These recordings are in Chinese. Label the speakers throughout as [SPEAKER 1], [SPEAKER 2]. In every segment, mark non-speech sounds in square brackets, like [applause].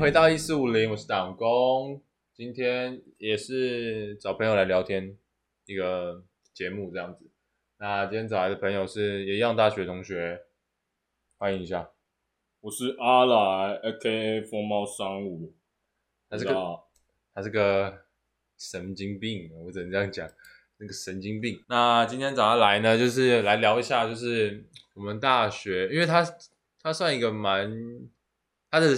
[SPEAKER 1] 回到一四五零，我是党工，今天也是找朋友来聊天一个节目这样子。那今天找来的朋友是也一样大学同学，欢迎一下。
[SPEAKER 2] 我是阿来，A K A 疯猫三五，
[SPEAKER 1] 他是
[SPEAKER 2] 你
[SPEAKER 1] 个
[SPEAKER 2] 知道
[SPEAKER 1] 他是个神经病，我只能这样讲，那个神经病。那今天找他来呢，就是来聊一下，就是我们大学，因为他他算一个蛮他的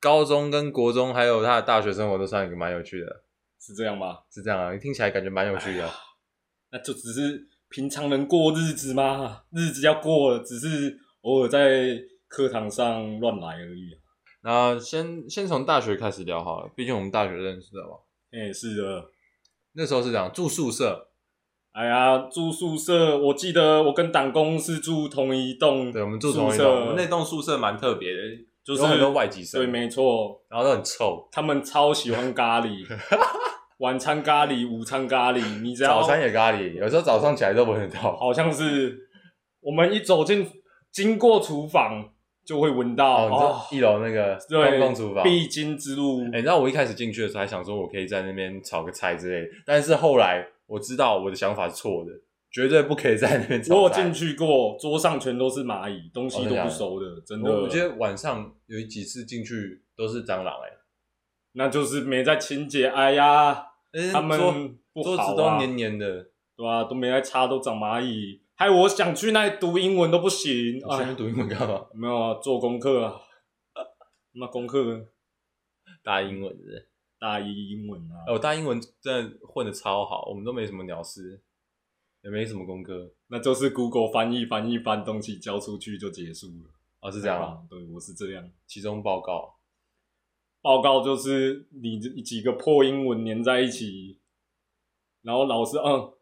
[SPEAKER 1] 高中跟国中，还有他的大学生活都算一个蛮有趣的，
[SPEAKER 2] 是这样吗？
[SPEAKER 1] 是这样啊？听起来感觉蛮有趣的。
[SPEAKER 2] 那就只是平常人过日子嘛，日子要过了，只是偶尔在课堂上乱来而已。啊
[SPEAKER 1] 那先先从大学开始聊好了，毕竟我们大学认识的嘛。
[SPEAKER 2] 哎、是的，
[SPEAKER 1] 那时候是这样，住宿舍，
[SPEAKER 2] 哎呀，住宿舍，我记得我跟党工是住同一栋，
[SPEAKER 1] 对，我们住同一栋，我们那栋宿舍蛮特别的，
[SPEAKER 2] 就是
[SPEAKER 1] 有很多外籍
[SPEAKER 2] 对，
[SPEAKER 1] 生，
[SPEAKER 2] 没错，
[SPEAKER 1] 然后都很臭，
[SPEAKER 2] 他们超喜欢咖
[SPEAKER 1] [laughs]
[SPEAKER 2] 喱，晚餐咖喱，午餐咖喱，你只要
[SPEAKER 1] 早餐也咖喱，有时候早上起来都闻得到。
[SPEAKER 2] 好像是我们一走进经过厨房就会闻到
[SPEAKER 1] 哦，你知道一楼那个
[SPEAKER 2] 对
[SPEAKER 1] 公共厨房。
[SPEAKER 2] 必经之路。
[SPEAKER 1] 哎、你知道我一开始进去的时候还想说，我可以在那边炒个菜之类的，但是后来我知道我的想法是错的，绝对不可以在那边
[SPEAKER 2] 我
[SPEAKER 1] 炒
[SPEAKER 2] 有
[SPEAKER 1] 菜。
[SPEAKER 2] 进去过，桌上全都是蚂蚁，东西
[SPEAKER 1] 哦真
[SPEAKER 2] 都
[SPEAKER 1] 的假
[SPEAKER 2] 不
[SPEAKER 1] 的
[SPEAKER 2] 熟的，真的。
[SPEAKER 1] 我我觉得晚上有几次进去都是蟑螂、欸，
[SPEAKER 2] 那就是没在清洁，哎呀，
[SPEAKER 1] 哎，
[SPEAKER 2] 他们
[SPEAKER 1] 桌
[SPEAKER 2] 不
[SPEAKER 1] 桌
[SPEAKER 2] 好
[SPEAKER 1] 子
[SPEAKER 2] 啊
[SPEAKER 1] 都，黏黏的。
[SPEAKER 2] 对啊，都没在擦，都长蚂蚁。害我想去那里读英文都不行，
[SPEAKER 1] 你去那
[SPEAKER 2] 哎
[SPEAKER 1] 边，读英文干嘛？ [laughs]
[SPEAKER 2] 没有啊，做功课啊，那功课
[SPEAKER 1] 大英文的。
[SPEAKER 2] 大一英文啊
[SPEAKER 1] 哎，，我大英文真的混的超好，我们都没什么鸟事，也没什么功课。
[SPEAKER 2] 那就是 Google 翻译翻译翻东西交出去就结束了，
[SPEAKER 1] 哦，是
[SPEAKER 2] 是
[SPEAKER 1] 这样啊。？
[SPEAKER 2] 对，我是这样。
[SPEAKER 1] 其中报告，
[SPEAKER 2] 报告就是你这几个破英文粘在一起，然后老师嗯，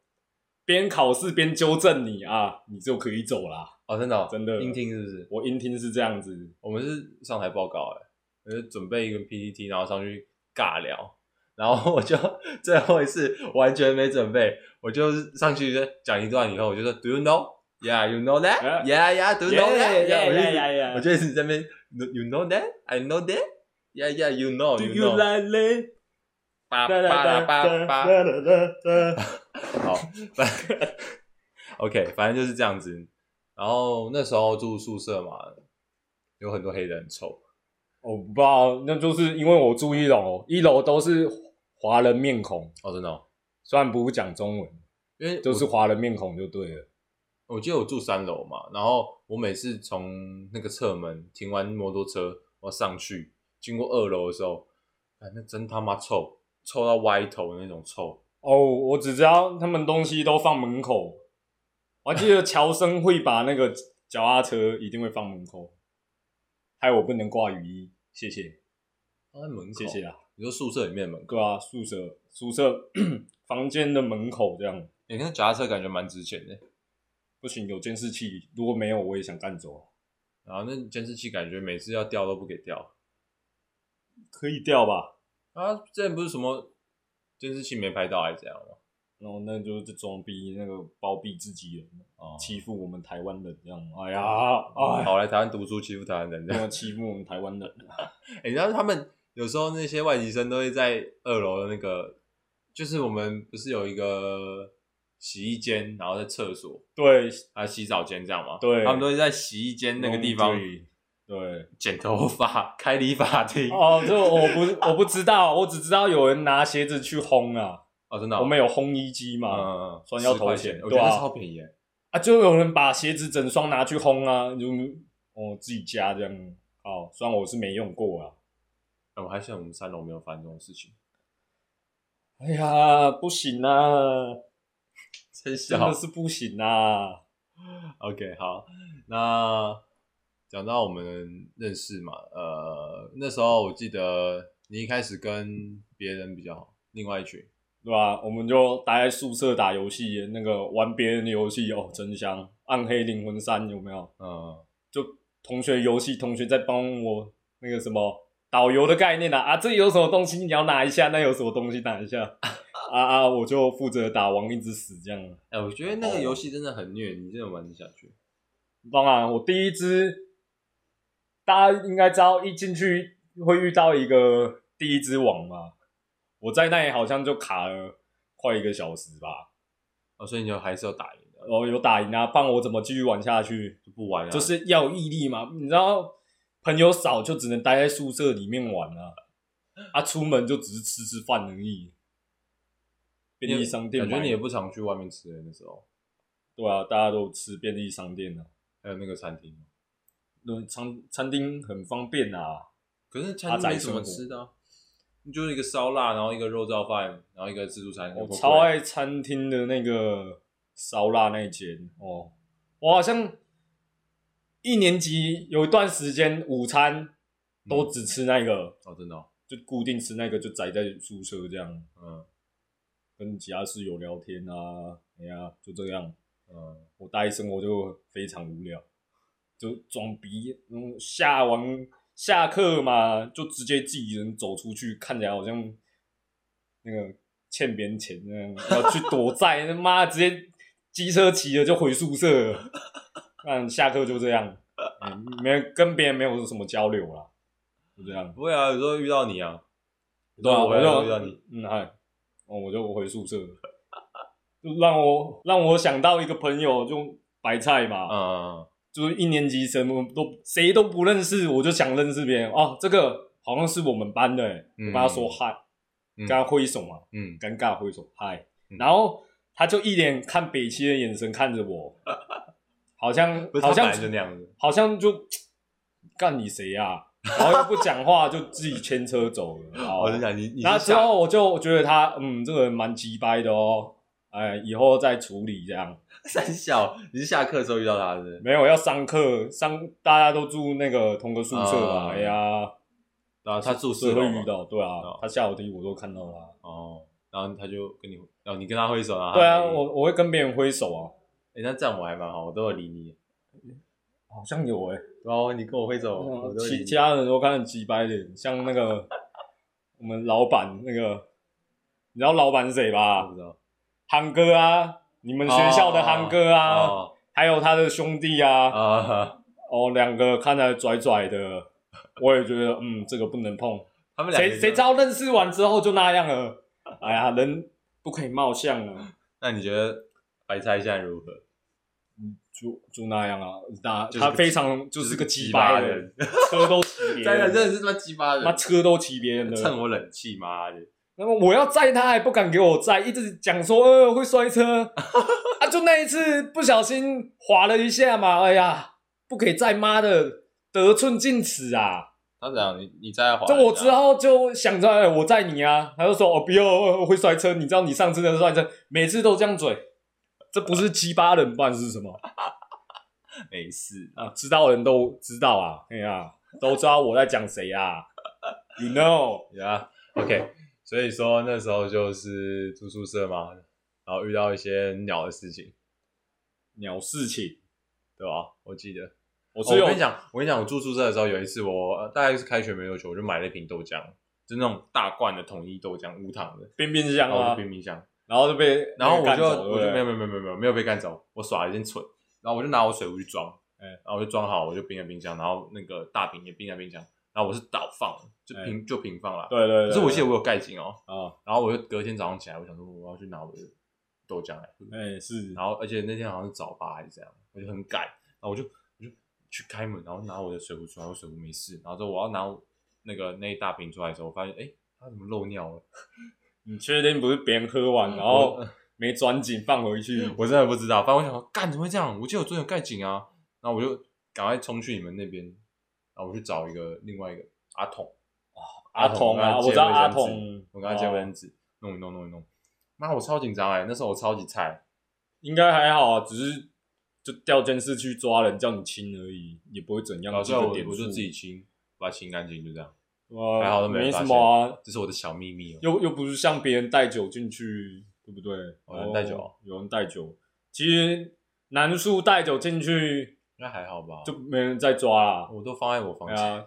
[SPEAKER 2] 边考试边纠正你啊，你就可以走啦。
[SPEAKER 1] 哦，真的、哦，
[SPEAKER 2] 真的
[SPEAKER 1] 音听是不是？
[SPEAKER 2] 我音听是这样子，
[SPEAKER 1] 我们是上台报告、哎，我就准备一个 PPT，然后上去尬聊，然后我就最后一次完全没准备，我就是上去就讲一段以后，我就说 Do you know? Yeah, you know that? Yeah, yeah, do you know that?
[SPEAKER 2] Yeah, yeah,
[SPEAKER 1] 我就一直我就
[SPEAKER 2] yeah, yeah, yeah.
[SPEAKER 1] 一直在那边 You know that? I know that? Yeah, yeah, you know, you know.
[SPEAKER 2] like
[SPEAKER 1] 叭
[SPEAKER 2] 哒
[SPEAKER 1] 叭
[SPEAKER 2] 哒
[SPEAKER 1] 啦
[SPEAKER 2] 哒
[SPEAKER 1] 叭
[SPEAKER 2] 哒
[SPEAKER 1] 叭。
[SPEAKER 2] 哒哒哒哒
[SPEAKER 1] [laughs] 好，反 OK，反正就是这样子。然后那时候住宿舍嘛，有很多黑人很臭，
[SPEAKER 2] 我哦不知道，那就是因为我住一楼，一楼都是华人面孔，
[SPEAKER 1] 哦，真的、哦，
[SPEAKER 2] 虽然不讲中文，
[SPEAKER 1] 因为
[SPEAKER 2] 就是华人面孔就对了。
[SPEAKER 1] 我记得我住三楼嘛，然后我每次从那个侧门停完摩托车，我上去经过二楼的时候，哎，那真他妈臭，臭到歪头的那种臭。
[SPEAKER 2] 哦，我只知道他们东西都放门口，我还记得乔生会把那个脚踏车一定会放门口，害我不能挂雨衣，谢谢，
[SPEAKER 1] 放在门口，
[SPEAKER 2] 谢谢啊，
[SPEAKER 1] 你说宿舍里面的门口，
[SPEAKER 2] 对啊，宿舍宿舍房间的门口这样
[SPEAKER 1] 你、那脚踏车感觉蛮值钱的，
[SPEAKER 2] 不行，有监视器，如果没有我也想干走，
[SPEAKER 1] 然后那监视器感觉每次要掉都不给掉，
[SPEAKER 2] 可以掉吧？
[SPEAKER 1] 啊，之前不是什么监视器没拍到还是怎样吗？
[SPEAKER 2] 然后那就是装逼，那个包庇自己人，
[SPEAKER 1] 哦
[SPEAKER 2] 欺负我们台湾人这样，哎呀，哎，
[SPEAKER 1] 跑来台湾读书欺负台湾人这
[SPEAKER 2] 那
[SPEAKER 1] 样。
[SPEAKER 2] 个欺负我们台湾人，
[SPEAKER 1] 哎、你知道他们有时候那些外籍生都会在二楼的那个，就是我们不是有一个洗衣间，然后在厕所
[SPEAKER 2] 对
[SPEAKER 1] 还有洗澡间这样吗？
[SPEAKER 2] 对
[SPEAKER 1] 他们都会在洗衣间那个地方
[SPEAKER 2] 对。
[SPEAKER 1] 剪头发、开理发厅。哦
[SPEAKER 2] 哦，这个我不我不知道，我只知道有人拿鞋子去烘啊，
[SPEAKER 1] 真的哦、
[SPEAKER 2] 我们有烘衣机
[SPEAKER 1] 嗯
[SPEAKER 2] 嘛，
[SPEAKER 1] 嗯嗯
[SPEAKER 2] 酸腰
[SPEAKER 1] 10块
[SPEAKER 2] 头钱
[SPEAKER 1] 我觉
[SPEAKER 2] 对啊
[SPEAKER 1] 得超便宜耶。
[SPEAKER 2] 啊，就有人把鞋子整双拿去烘啊，就哦自己家这样。哦，虽然我是没用过啊。
[SPEAKER 1] 哎我还想我们三楼没有发生这种事情，
[SPEAKER 2] 哎呀，不行啊，
[SPEAKER 1] 真
[SPEAKER 2] 真的是不行啊。
[SPEAKER 1] [laughs] OK，好，那讲到我们认识嘛，呃，那时候我记得你一开始跟别人比较好，另外一群，
[SPEAKER 2] 对吧？我们就待在宿舍打游戏，那个玩别人的游戏哦，真香！暗黑灵魂三有没有？
[SPEAKER 1] 嗯，
[SPEAKER 2] 就同学游戏，同学在帮我那个什么导游的概念啊，啊，这里有什么东西你要拿一下，那有什么东西拿一下，啊啊，我就负责打王一直死这样。
[SPEAKER 1] 哎、我觉得那个游戏真的很虐，你真的玩得下去？
[SPEAKER 2] 啊当然，我第一只大家应该知道，一进去会遇到一个第一只网嘛，我在那里好像就卡了快一个小时吧，
[SPEAKER 1] 哦，所以你就还是要打赢的，
[SPEAKER 2] 然后有打赢啊，不然我怎么继续玩下去？
[SPEAKER 1] 就不玩了、啊
[SPEAKER 2] 就是要有毅力嘛，你知道朋友少就只能待在宿舍里面玩啊，啊，出门就只是吃吃饭而已。
[SPEAKER 1] 你
[SPEAKER 2] 便利商店
[SPEAKER 1] 感觉
[SPEAKER 2] 买
[SPEAKER 1] 你也不常去外面吃的那时候，
[SPEAKER 2] 对啊，大家都吃便利商店啊，
[SPEAKER 1] 还有那个餐厅，
[SPEAKER 2] 那餐餐厅很方便啊。
[SPEAKER 1] 可是餐厅没什
[SPEAKER 2] 阿
[SPEAKER 1] 么
[SPEAKER 2] 宅生活
[SPEAKER 1] 吃的、啊，你就是一个烧腊，然后一个肉燥饭，然后一个自助餐，
[SPEAKER 2] 我
[SPEAKER 1] 哎有够贵
[SPEAKER 2] 超爱餐厅的那个烧腊那一间哦，我好像一年级有一段时间午餐都只吃那个，
[SPEAKER 1] 哦，真的、哦，
[SPEAKER 2] 就固定吃那个，就宅在宿舍这样，
[SPEAKER 1] 嗯
[SPEAKER 2] 跟其他室友聊天啊，哎呀，就这样。
[SPEAKER 1] 嗯，
[SPEAKER 2] 我大一生活就非常无聊，就装逼，嗯，下完下课嘛，就直接自己一人走出去，看起来好像那个欠别人钱那样，要去躲债，他妈直接机车骑了就回宿舍了， [laughs] 嗯，下课就这样，嗯没跟别人没有什么交流啦，就这样。
[SPEAKER 1] 不会啊，有时候遇到你啊，
[SPEAKER 2] 对啊，
[SPEAKER 1] 有
[SPEAKER 2] 我
[SPEAKER 1] 时候
[SPEAKER 2] 就
[SPEAKER 1] 遇到你，，
[SPEAKER 2] 嗯嗨，哦，我就回宿舍了，就让我让我想到一个朋友，就白菜嘛，
[SPEAKER 1] 嗯嗯，
[SPEAKER 2] 就是一年级什么都谁都不认识，我就想认识别人哦。这个好像是我们班的、欸，
[SPEAKER 1] 嗯
[SPEAKER 2] 我跟他说嗨，
[SPEAKER 1] 嗯
[SPEAKER 2] 跟他挥手嘛，
[SPEAKER 1] 嗯，
[SPEAKER 2] 尴尬挥手嗨
[SPEAKER 1] 嗯，
[SPEAKER 2] 然后他就一脸看北七的眼神看着我，好像
[SPEAKER 1] 嗯不是
[SPEAKER 2] 好
[SPEAKER 1] 他本
[SPEAKER 2] 像
[SPEAKER 1] 来就那样子，
[SPEAKER 2] 好像就干你谁呀、然后又不讲话，就自己牵车走
[SPEAKER 1] [laughs]
[SPEAKER 2] 了。好
[SPEAKER 1] 哦我就想你，你
[SPEAKER 2] 那
[SPEAKER 1] 是
[SPEAKER 2] 之
[SPEAKER 1] 下，
[SPEAKER 2] 后我就觉得他嗯，这个人蛮鸡掰的哦，哎，以后再处理这样。
[SPEAKER 1] 三小， [laughs] 你是下课的时候遇到他的，是不是
[SPEAKER 2] 没有要上课，上大家都住那个同个宿舍嘛。
[SPEAKER 1] 啊
[SPEAKER 2] 哎呀，
[SPEAKER 1] 然后他住
[SPEAKER 2] 宿
[SPEAKER 1] 四
[SPEAKER 2] 舍啊会
[SPEAKER 1] 楼嘛
[SPEAKER 2] 遇到，对啊
[SPEAKER 1] 哦，
[SPEAKER 2] 他下楼梯我都看到他。
[SPEAKER 1] 哦，然后他就跟你，哦，你跟他挥手啊，
[SPEAKER 2] 对啊，
[SPEAKER 1] 他
[SPEAKER 2] 我我会跟别人挥手啊，
[SPEAKER 1] 哎、那这样我还蛮好，我都有理你。
[SPEAKER 2] 好像有哎、
[SPEAKER 1] 然后你跟我挥
[SPEAKER 2] 嗯
[SPEAKER 1] 手，我都有理
[SPEAKER 2] 哦其
[SPEAKER 1] 你
[SPEAKER 2] 其他人都看得很鸡掰脸，像那个我们老板那个，你知道老板是谁
[SPEAKER 1] 我
[SPEAKER 2] 吧
[SPEAKER 1] 不？知道。
[SPEAKER 2] 航哥啊，你们学校的航哥啊，
[SPEAKER 1] 哦
[SPEAKER 2] 还有他的兄弟啊，
[SPEAKER 1] 啊，
[SPEAKER 2] 哦，两个看起来拽拽的， [laughs] 我也觉得嗯，这个不能碰。
[SPEAKER 1] 他们两个
[SPEAKER 2] 谁谁知
[SPEAKER 1] 道？
[SPEAKER 2] 道认识完之后就那样了？哎呀，人不可以貌相啊，
[SPEAKER 1] 那你觉得白菜现在如何？
[SPEAKER 2] 就就那样啊。那
[SPEAKER 1] 就是个
[SPEAKER 2] 他非常就是个鸡
[SPEAKER 1] 鸡
[SPEAKER 2] 巴
[SPEAKER 1] 巴
[SPEAKER 2] 人
[SPEAKER 1] 人，
[SPEAKER 2] [laughs] 车都骑别
[SPEAKER 1] 真的
[SPEAKER 2] 人，
[SPEAKER 1] 真的是他妈鸡巴
[SPEAKER 2] 他
[SPEAKER 1] 人，
[SPEAKER 2] 车都骑别人
[SPEAKER 1] 趁
[SPEAKER 2] 的。
[SPEAKER 1] 我冷气妈的，
[SPEAKER 2] 那么我要载他还不敢给我载，一直讲说呃会
[SPEAKER 1] [laughs]
[SPEAKER 2] 摔车啊，就那一次不小心滑了一下嘛，哎呀，不可以再妈的得寸进尺啊！
[SPEAKER 1] 他怎样？你你在啊滑？
[SPEAKER 2] 就我之，后就想着、哎我载你啊，他就说哦不要，呃我会摔车。你知道你上次的摔车，每次都这样嘴，这不是鸡巴人办是什么
[SPEAKER 1] 没事，
[SPEAKER 2] 啊？知道的人都知道啊，哎呀、都知道我在讲谁啊，You know，
[SPEAKER 1] 呀、yeah,，OK。所以说那时候就是住宿舍嘛，然后遇到一些鸟的事情，
[SPEAKER 2] 鸟事情，
[SPEAKER 1] 对吧？我记得，
[SPEAKER 2] 我
[SPEAKER 1] 哦
[SPEAKER 2] 是有
[SPEAKER 1] 我跟你讲，我跟你讲，我住宿舍的时候有一次我，呃大概是开学没多久，我就买了一瓶豆浆，就那种大罐的统一豆浆，无糖的，
[SPEAKER 2] 冰冰
[SPEAKER 1] 然
[SPEAKER 2] 箱
[SPEAKER 1] 后哦我
[SPEAKER 2] 啊
[SPEAKER 1] 就，冰冰箱，
[SPEAKER 2] 然后就被
[SPEAKER 1] 然后
[SPEAKER 2] 被
[SPEAKER 1] 我
[SPEAKER 2] 干
[SPEAKER 1] 就我
[SPEAKER 2] 走
[SPEAKER 1] 就
[SPEAKER 2] 对不对
[SPEAKER 1] 没有没有没有没有没有没有被干走，我耍了一件蠢，然后我就拿我水壶去装，
[SPEAKER 2] 哎
[SPEAKER 1] 然后我就装好，我就冰在冰箱，然后那个大瓶也冰在冰箱，然后我是倒放，就平、就平放啦。
[SPEAKER 2] 对对对，
[SPEAKER 1] 可是我记得
[SPEAKER 2] 得
[SPEAKER 1] 我有盖紧哦，
[SPEAKER 2] 啊，
[SPEAKER 1] 然后我就隔天早上起来，我想说我要去拿我的豆浆来喝，
[SPEAKER 2] 哎是，
[SPEAKER 1] 然后而且那天好像是早八还是这样，我就很赶，然后我就我就去开门，然后拿我的水壶出来，我水壶没事，然后之后我要拿我那个那一大瓶出来的时候，我发现哎，它怎么漏尿了？ [laughs]
[SPEAKER 2] 你确定不是别人喝完然
[SPEAKER 1] 嗯
[SPEAKER 2] 后没转紧放回去？
[SPEAKER 1] 我真的不知道，反正我想说，干怎么会这样？我记得我昨天有盖紧啊，然后我就赶快冲去你们那边，然后我去找一个另外一个阿童，
[SPEAKER 2] 阿童啊，
[SPEAKER 1] 阿
[SPEAKER 2] 我知道阿
[SPEAKER 1] 借卫生纸
[SPEAKER 2] 童，
[SPEAKER 1] 我跟他借卫
[SPEAKER 2] 哦
[SPEAKER 1] 生纸，弄一弄弄一弄，妈我超紧张哎，那时候我超级菜，
[SPEAKER 2] 应该还好啊，只是就调监视去抓人叫你亲而已，也不会怎样。
[SPEAKER 1] 然后
[SPEAKER 2] 记
[SPEAKER 1] 最后
[SPEAKER 2] 个
[SPEAKER 1] 我
[SPEAKER 2] 点
[SPEAKER 1] 我
[SPEAKER 2] 数
[SPEAKER 1] 就自己清，把它清干净就这样，
[SPEAKER 2] 呃
[SPEAKER 1] 还好都没
[SPEAKER 2] 没
[SPEAKER 1] 人
[SPEAKER 2] 什
[SPEAKER 1] 发
[SPEAKER 2] 么啊，
[SPEAKER 1] 这是我的小秘密哦。
[SPEAKER 2] 又又不是像别人带酒进去，对不对？
[SPEAKER 1] 有人带酒
[SPEAKER 2] 哦有人带酒，其实男宿带酒进去
[SPEAKER 1] 应该还好吧？
[SPEAKER 2] 就没人再抓啦。
[SPEAKER 1] 我都放在我房
[SPEAKER 2] 对
[SPEAKER 1] 间，
[SPEAKER 2] 啊，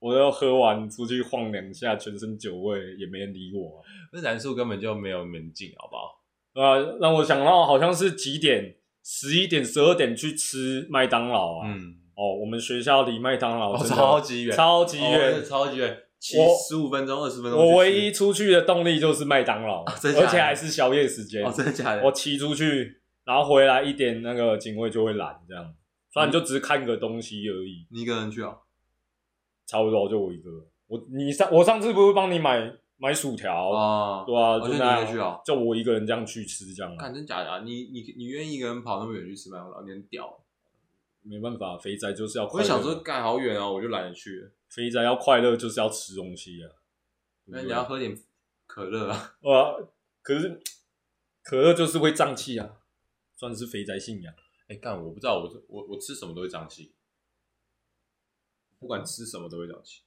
[SPEAKER 2] 我要喝完出去晃两下，全身酒味，也没人理我啊。
[SPEAKER 1] 那燃素根本就没有门禁，好不好？
[SPEAKER 2] 啊，让我想到好像是几点，十一点、十二点去吃麦当劳啊。
[SPEAKER 1] 嗯，
[SPEAKER 2] 哦，我们学校离麦当劳
[SPEAKER 1] 哦，
[SPEAKER 2] 真的
[SPEAKER 1] 超级远，
[SPEAKER 2] 超级
[SPEAKER 1] 哦真
[SPEAKER 2] 远
[SPEAKER 1] 的，超级远，七
[SPEAKER 2] 我
[SPEAKER 1] 十五分钟、二十分钟去吃。
[SPEAKER 2] 我唯一出去的动力就是麦当劳，
[SPEAKER 1] 啊真的假
[SPEAKER 2] 而
[SPEAKER 1] 的
[SPEAKER 2] 且还是宵夜时间
[SPEAKER 1] 哦，。真的假的？
[SPEAKER 2] 我骑出去，然后回来一点，那个警卫就会拦，这样。所以你就只是看个东西而已，
[SPEAKER 1] 你一个人去哦？
[SPEAKER 2] 差不多就我一个。我你上我上次不是帮你买买薯条，
[SPEAKER 1] 哦，
[SPEAKER 2] 对啊，
[SPEAKER 1] 哦就
[SPEAKER 2] 就
[SPEAKER 1] 你
[SPEAKER 2] 那
[SPEAKER 1] 一个去
[SPEAKER 2] 样
[SPEAKER 1] 哦，
[SPEAKER 2] 就我一个人这样去吃这样啊
[SPEAKER 1] 看，真假的啊？你你你愿意一个人跑那么远去吃麦当劳，你很屌。啊
[SPEAKER 2] 没办法，肥宅就是要
[SPEAKER 1] 我
[SPEAKER 2] 快
[SPEAKER 1] 就
[SPEAKER 2] 乐。
[SPEAKER 1] 想说，干好远哦，我就懒得去了。
[SPEAKER 2] 肥宅要快乐就是要吃东西啊。
[SPEAKER 1] 那你要喝点可乐啊？ [laughs]
[SPEAKER 2] 哇，可是可乐就是会胀气啊，算是肥宅信仰。
[SPEAKER 1] 哎，干我不知道，我我我吃什么都会胀气，不管吃什么都会胀气。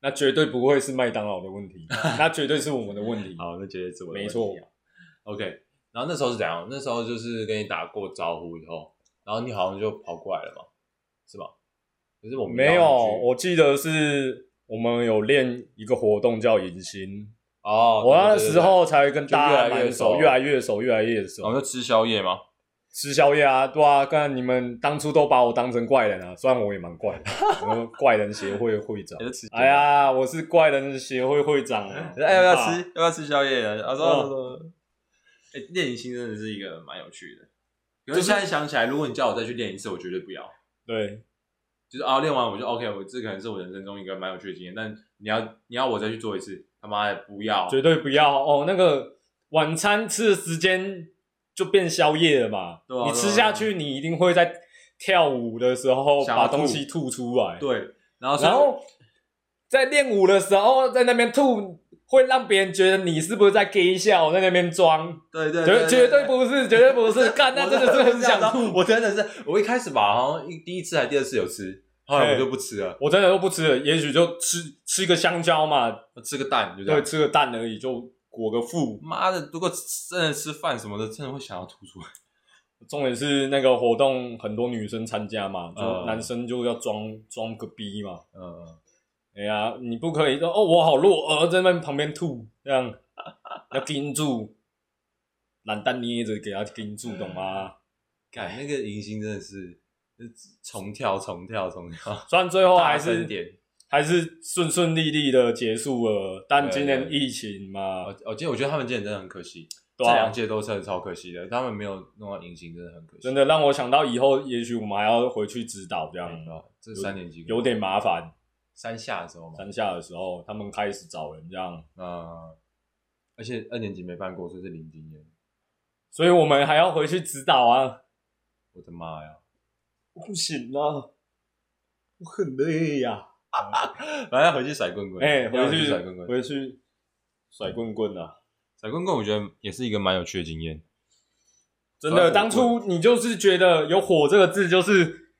[SPEAKER 2] 那绝对不会是麦当劳的
[SPEAKER 1] [laughs]
[SPEAKER 2] 问题，那绝对是我们的问题。
[SPEAKER 1] 好，那绝对是我的
[SPEAKER 2] 没
[SPEAKER 1] 问
[SPEAKER 2] 错
[SPEAKER 1] 题啊。OK，然后那时候是怎样？那时候就是跟你打过招呼以后，然后你好像就跑过来了嘛，是吧？可是我
[SPEAKER 2] 没有，
[SPEAKER 1] 我
[SPEAKER 2] 我记得是我们有练一个活动叫迎新，
[SPEAKER 1] 哦，
[SPEAKER 2] 我那
[SPEAKER 1] 对
[SPEAKER 2] 时，候才跟
[SPEAKER 1] 就
[SPEAKER 2] 大
[SPEAKER 1] 越
[SPEAKER 2] 家
[SPEAKER 1] 来越
[SPEAKER 2] 蛮熟，
[SPEAKER 1] 熟哦
[SPEAKER 2] 越来越熟，越来越
[SPEAKER 1] 然后就
[SPEAKER 2] 熟。
[SPEAKER 1] 吃宵夜吗？
[SPEAKER 2] 吃宵夜啊，对啊，干你们当初都把我当成怪人啊，虽然我也蛮
[SPEAKER 1] [laughs]
[SPEAKER 2] 怪的，我们怪人协会会长
[SPEAKER 1] 还。是吃？
[SPEAKER 2] 哎，呀，我是怪人协会会长啊！
[SPEAKER 1] [laughs] 哎要不要
[SPEAKER 2] 很怕
[SPEAKER 1] 吃？要不要吃宵夜啊？啊，说
[SPEAKER 2] 哦
[SPEAKER 1] 说说哎，练习真的是一个蛮有趣的。可
[SPEAKER 2] 就是是
[SPEAKER 1] 现在想起来，如果你叫我再去练一次，我绝对不要。
[SPEAKER 2] 对，
[SPEAKER 1] 就是啊，练完我就 OK，我这可能是我人生中一个蛮有趣的经验。但你要你要我再去做一次，他妈的不要！
[SPEAKER 2] 绝对不要哦。那个晚餐吃的时间就变宵夜了嘛，
[SPEAKER 1] 对啊
[SPEAKER 2] 你吃下去，你一定会在跳舞的时候
[SPEAKER 1] 想要
[SPEAKER 2] 把
[SPEAKER 1] 吐
[SPEAKER 2] 东西吐出来，，
[SPEAKER 1] 对，然后所以
[SPEAKER 2] 然后在练舞的时候在那边吐。会让别人觉得你是不是在 gay 笑，在那边装，
[SPEAKER 1] 对对
[SPEAKER 2] 绝绝对不是，绝对
[SPEAKER 1] [laughs]
[SPEAKER 2] 不是，干那真的是很想吐，
[SPEAKER 1] 啊我真的是，我一开始吧，好像一第一次还第二次有吃，后来我
[SPEAKER 2] 哎
[SPEAKER 1] 就不吃了，
[SPEAKER 2] 我真的都不吃了，也许就吃吃个香蕉嘛，
[SPEAKER 1] 我吃个蛋就这
[SPEAKER 2] 对，
[SPEAKER 1] 样。
[SPEAKER 2] 吃个蛋而已，就裹个腹。
[SPEAKER 1] 妈的，如果真的吃饭什么的，真的会想要吐出来。
[SPEAKER 2] 重点是那个活动很多女生参加嘛，就
[SPEAKER 1] 嗯
[SPEAKER 2] 男生就要装装个逼嘛。
[SPEAKER 1] 嗯，
[SPEAKER 2] 哎呀，你不可以说哦，我好弱，呃，在那边旁边吐这样， [laughs] 要盯住，懒蛋捏着给他盯住，懂
[SPEAKER 1] 嗯
[SPEAKER 2] 吗？
[SPEAKER 1] 感那个迎新真的是就是重跳重跳重跳，
[SPEAKER 2] 虽然 [laughs] 最后还
[SPEAKER 1] 大声
[SPEAKER 2] 是
[SPEAKER 1] 点。
[SPEAKER 2] 还是顺顺利利的结束了，但
[SPEAKER 1] 对
[SPEAKER 2] 今年
[SPEAKER 1] 对
[SPEAKER 2] 疫情嘛，
[SPEAKER 1] 我我今天我觉得他们今年真的很可惜，这
[SPEAKER 2] 对啊
[SPEAKER 1] 两届都真的超可惜的，他们没有弄到迎新真的很可惜。
[SPEAKER 2] 真的让我想到以后也许我们还要回去指导这样，
[SPEAKER 1] 没有，这三年级
[SPEAKER 2] 有点麻烦。
[SPEAKER 1] 三下的时候嘛，
[SPEAKER 2] 山下的时候，他们开始找人这样，
[SPEAKER 1] 嗯，而且二年级没办过，所以是零经验。
[SPEAKER 2] 所以我们还要回去指导啊。
[SPEAKER 1] 我的妈呀！
[SPEAKER 2] 不行啊，我很累呀、
[SPEAKER 1] 反正回去甩棍棍，
[SPEAKER 2] 哎、
[SPEAKER 1] 要
[SPEAKER 2] 回去
[SPEAKER 1] 甩棍棍，
[SPEAKER 2] 回去甩棍棍啊！
[SPEAKER 1] 甩棍棍，我觉得也是一个蛮有趣的经验。
[SPEAKER 2] 真
[SPEAKER 1] 甩
[SPEAKER 2] 的，
[SPEAKER 1] 棍棍
[SPEAKER 2] 当初你就是觉得有“火”这个字，就是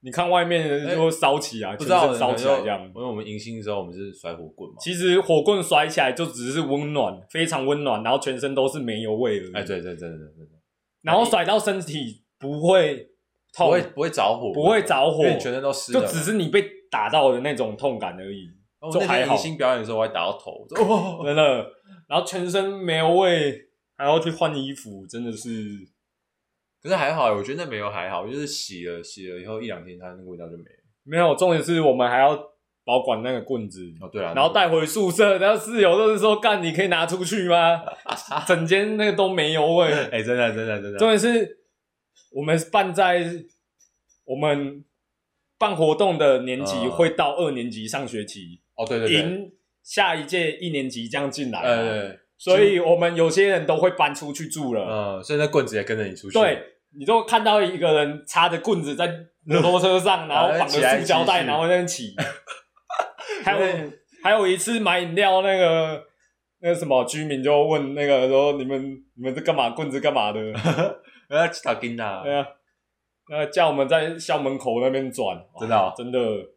[SPEAKER 2] 你看外面的人就会烧起来，
[SPEAKER 1] 哎不
[SPEAKER 2] 全
[SPEAKER 1] 知道
[SPEAKER 2] 身烧起来这样
[SPEAKER 1] 因。为我们迎新的时候，我们是甩火棍嘛。
[SPEAKER 2] 其实火棍甩起来就只是温暖，非常温暖，然后全身都是煤油味而已。
[SPEAKER 1] 哎，，对对对对对对，
[SPEAKER 2] 然后甩到身体不会
[SPEAKER 1] 不
[SPEAKER 2] 痛，
[SPEAKER 1] 会不会着火，
[SPEAKER 2] 不会着火
[SPEAKER 1] 因为你全身都湿了
[SPEAKER 2] 就
[SPEAKER 1] 嘛。
[SPEAKER 2] 只是你被打到的那种痛感而已。
[SPEAKER 1] 然后我
[SPEAKER 2] 就
[SPEAKER 1] 那
[SPEAKER 2] 还
[SPEAKER 1] 天
[SPEAKER 2] 好
[SPEAKER 1] 迎新表演的时候，我还打到头，我说哦，
[SPEAKER 2] 真的。然后全身没有味，还要去换衣服，真的是
[SPEAKER 1] 可是还好，欸我觉得那没有还好，就是洗了洗了以后一两天，它那个味道就没了。
[SPEAKER 2] 没有。重点是我们还要保管那个棍子，
[SPEAKER 1] 哦，对啊，
[SPEAKER 2] 然后带回宿舍。然后室友都是说：“干，你可以拿出去
[SPEAKER 1] [laughs]
[SPEAKER 2] 吗？”整间那个都没有味。
[SPEAKER 1] 哎，真的真的真
[SPEAKER 2] 重
[SPEAKER 1] 的，
[SPEAKER 2] 点是我们办在我们办活动的年级
[SPEAKER 1] 嗯
[SPEAKER 2] 会到二年级上学期，
[SPEAKER 1] 哦对对对，
[SPEAKER 2] 迎下一届一年级这样进来嘛。
[SPEAKER 1] 呃
[SPEAKER 2] 所以我们有些人都会搬出去住了。
[SPEAKER 1] 呃，所以那棍子也跟着你出去，
[SPEAKER 2] 对，你就看到一个人插着棍子在摩托车上，
[SPEAKER 1] [laughs]
[SPEAKER 2] 然后绑着塑胶袋，然后在那边骑。还有还有一次买饮料，那个那个什么居民就问那个说：“你们你们这干嘛？棍子干
[SPEAKER 1] [laughs]
[SPEAKER 2] 嘛的
[SPEAKER 1] 呃，去打金？”呐，
[SPEAKER 2] 对啊，那叫我们在校门口那边转，哇
[SPEAKER 1] 真的哦
[SPEAKER 2] 真的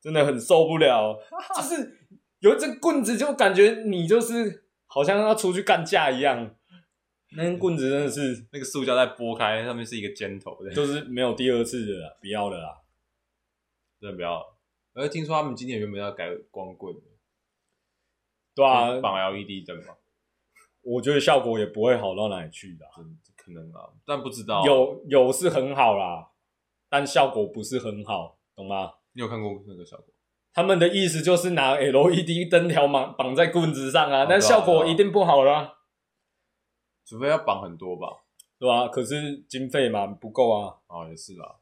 [SPEAKER 2] 真的很受
[SPEAKER 1] [laughs]
[SPEAKER 2] 不了，就是有一根棍子就感觉你就是好像要出去干架一样，那根棍子真的是。
[SPEAKER 1] 那个塑胶袋剥开，上面是一个尖头的，
[SPEAKER 2] 就是没有第二次的啦，不要了啦。
[SPEAKER 1] 真的不要。而听说他们今年原本要改光棍，
[SPEAKER 2] 对啊，
[SPEAKER 1] 绑 LED 灯嘛，
[SPEAKER 2] 我觉得效果也不会好到哪里去的啊、
[SPEAKER 1] 真可能啊，但不知道。
[SPEAKER 2] 有有是很好啦，但效果不是很好，懂吗？
[SPEAKER 1] 你有看过那个效果？
[SPEAKER 2] 他们的意思就是拿 LED 灯条绑绑在棍子上啊，
[SPEAKER 1] 哦
[SPEAKER 2] 但
[SPEAKER 1] 对啊
[SPEAKER 2] 效果一定不好啦、
[SPEAKER 1] 除非要绑很多吧？
[SPEAKER 2] 对吧、可是经费嘛不够啊，
[SPEAKER 1] 哦，也是啦。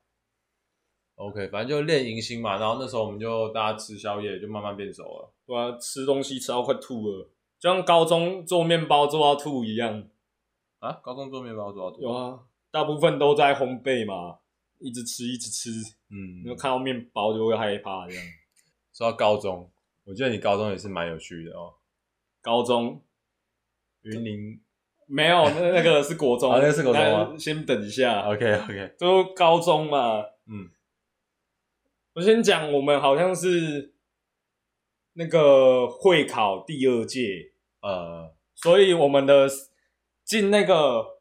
[SPEAKER 1] OK，反正就练迎新嘛，然后那时候我们就大家吃宵夜，就慢慢变熟了。
[SPEAKER 2] 对啊，吃东西吃到快吐了，就像高中做面包做到吐一样。
[SPEAKER 1] 啊，高中做面包做到
[SPEAKER 2] 有
[SPEAKER 1] 多？
[SPEAKER 2] 啊，大部分都在烘焙嘛，一直吃一直吃，
[SPEAKER 1] 嗯
[SPEAKER 2] 你，就看到面包就会害怕这样。
[SPEAKER 1] 说到高中，我记得你高中也是蛮有趣的哦。
[SPEAKER 2] 高中
[SPEAKER 1] 云林
[SPEAKER 2] 没有，那那个是国中，
[SPEAKER 1] 啊那个是国中吗
[SPEAKER 2] 那先等一下，
[SPEAKER 1] ，OK OK，
[SPEAKER 2] 就高中嘛，
[SPEAKER 1] 嗯，
[SPEAKER 2] 我先讲，我们好像是那个会考第二届，
[SPEAKER 1] [laughs] 呃，
[SPEAKER 2] 所以我们的进那个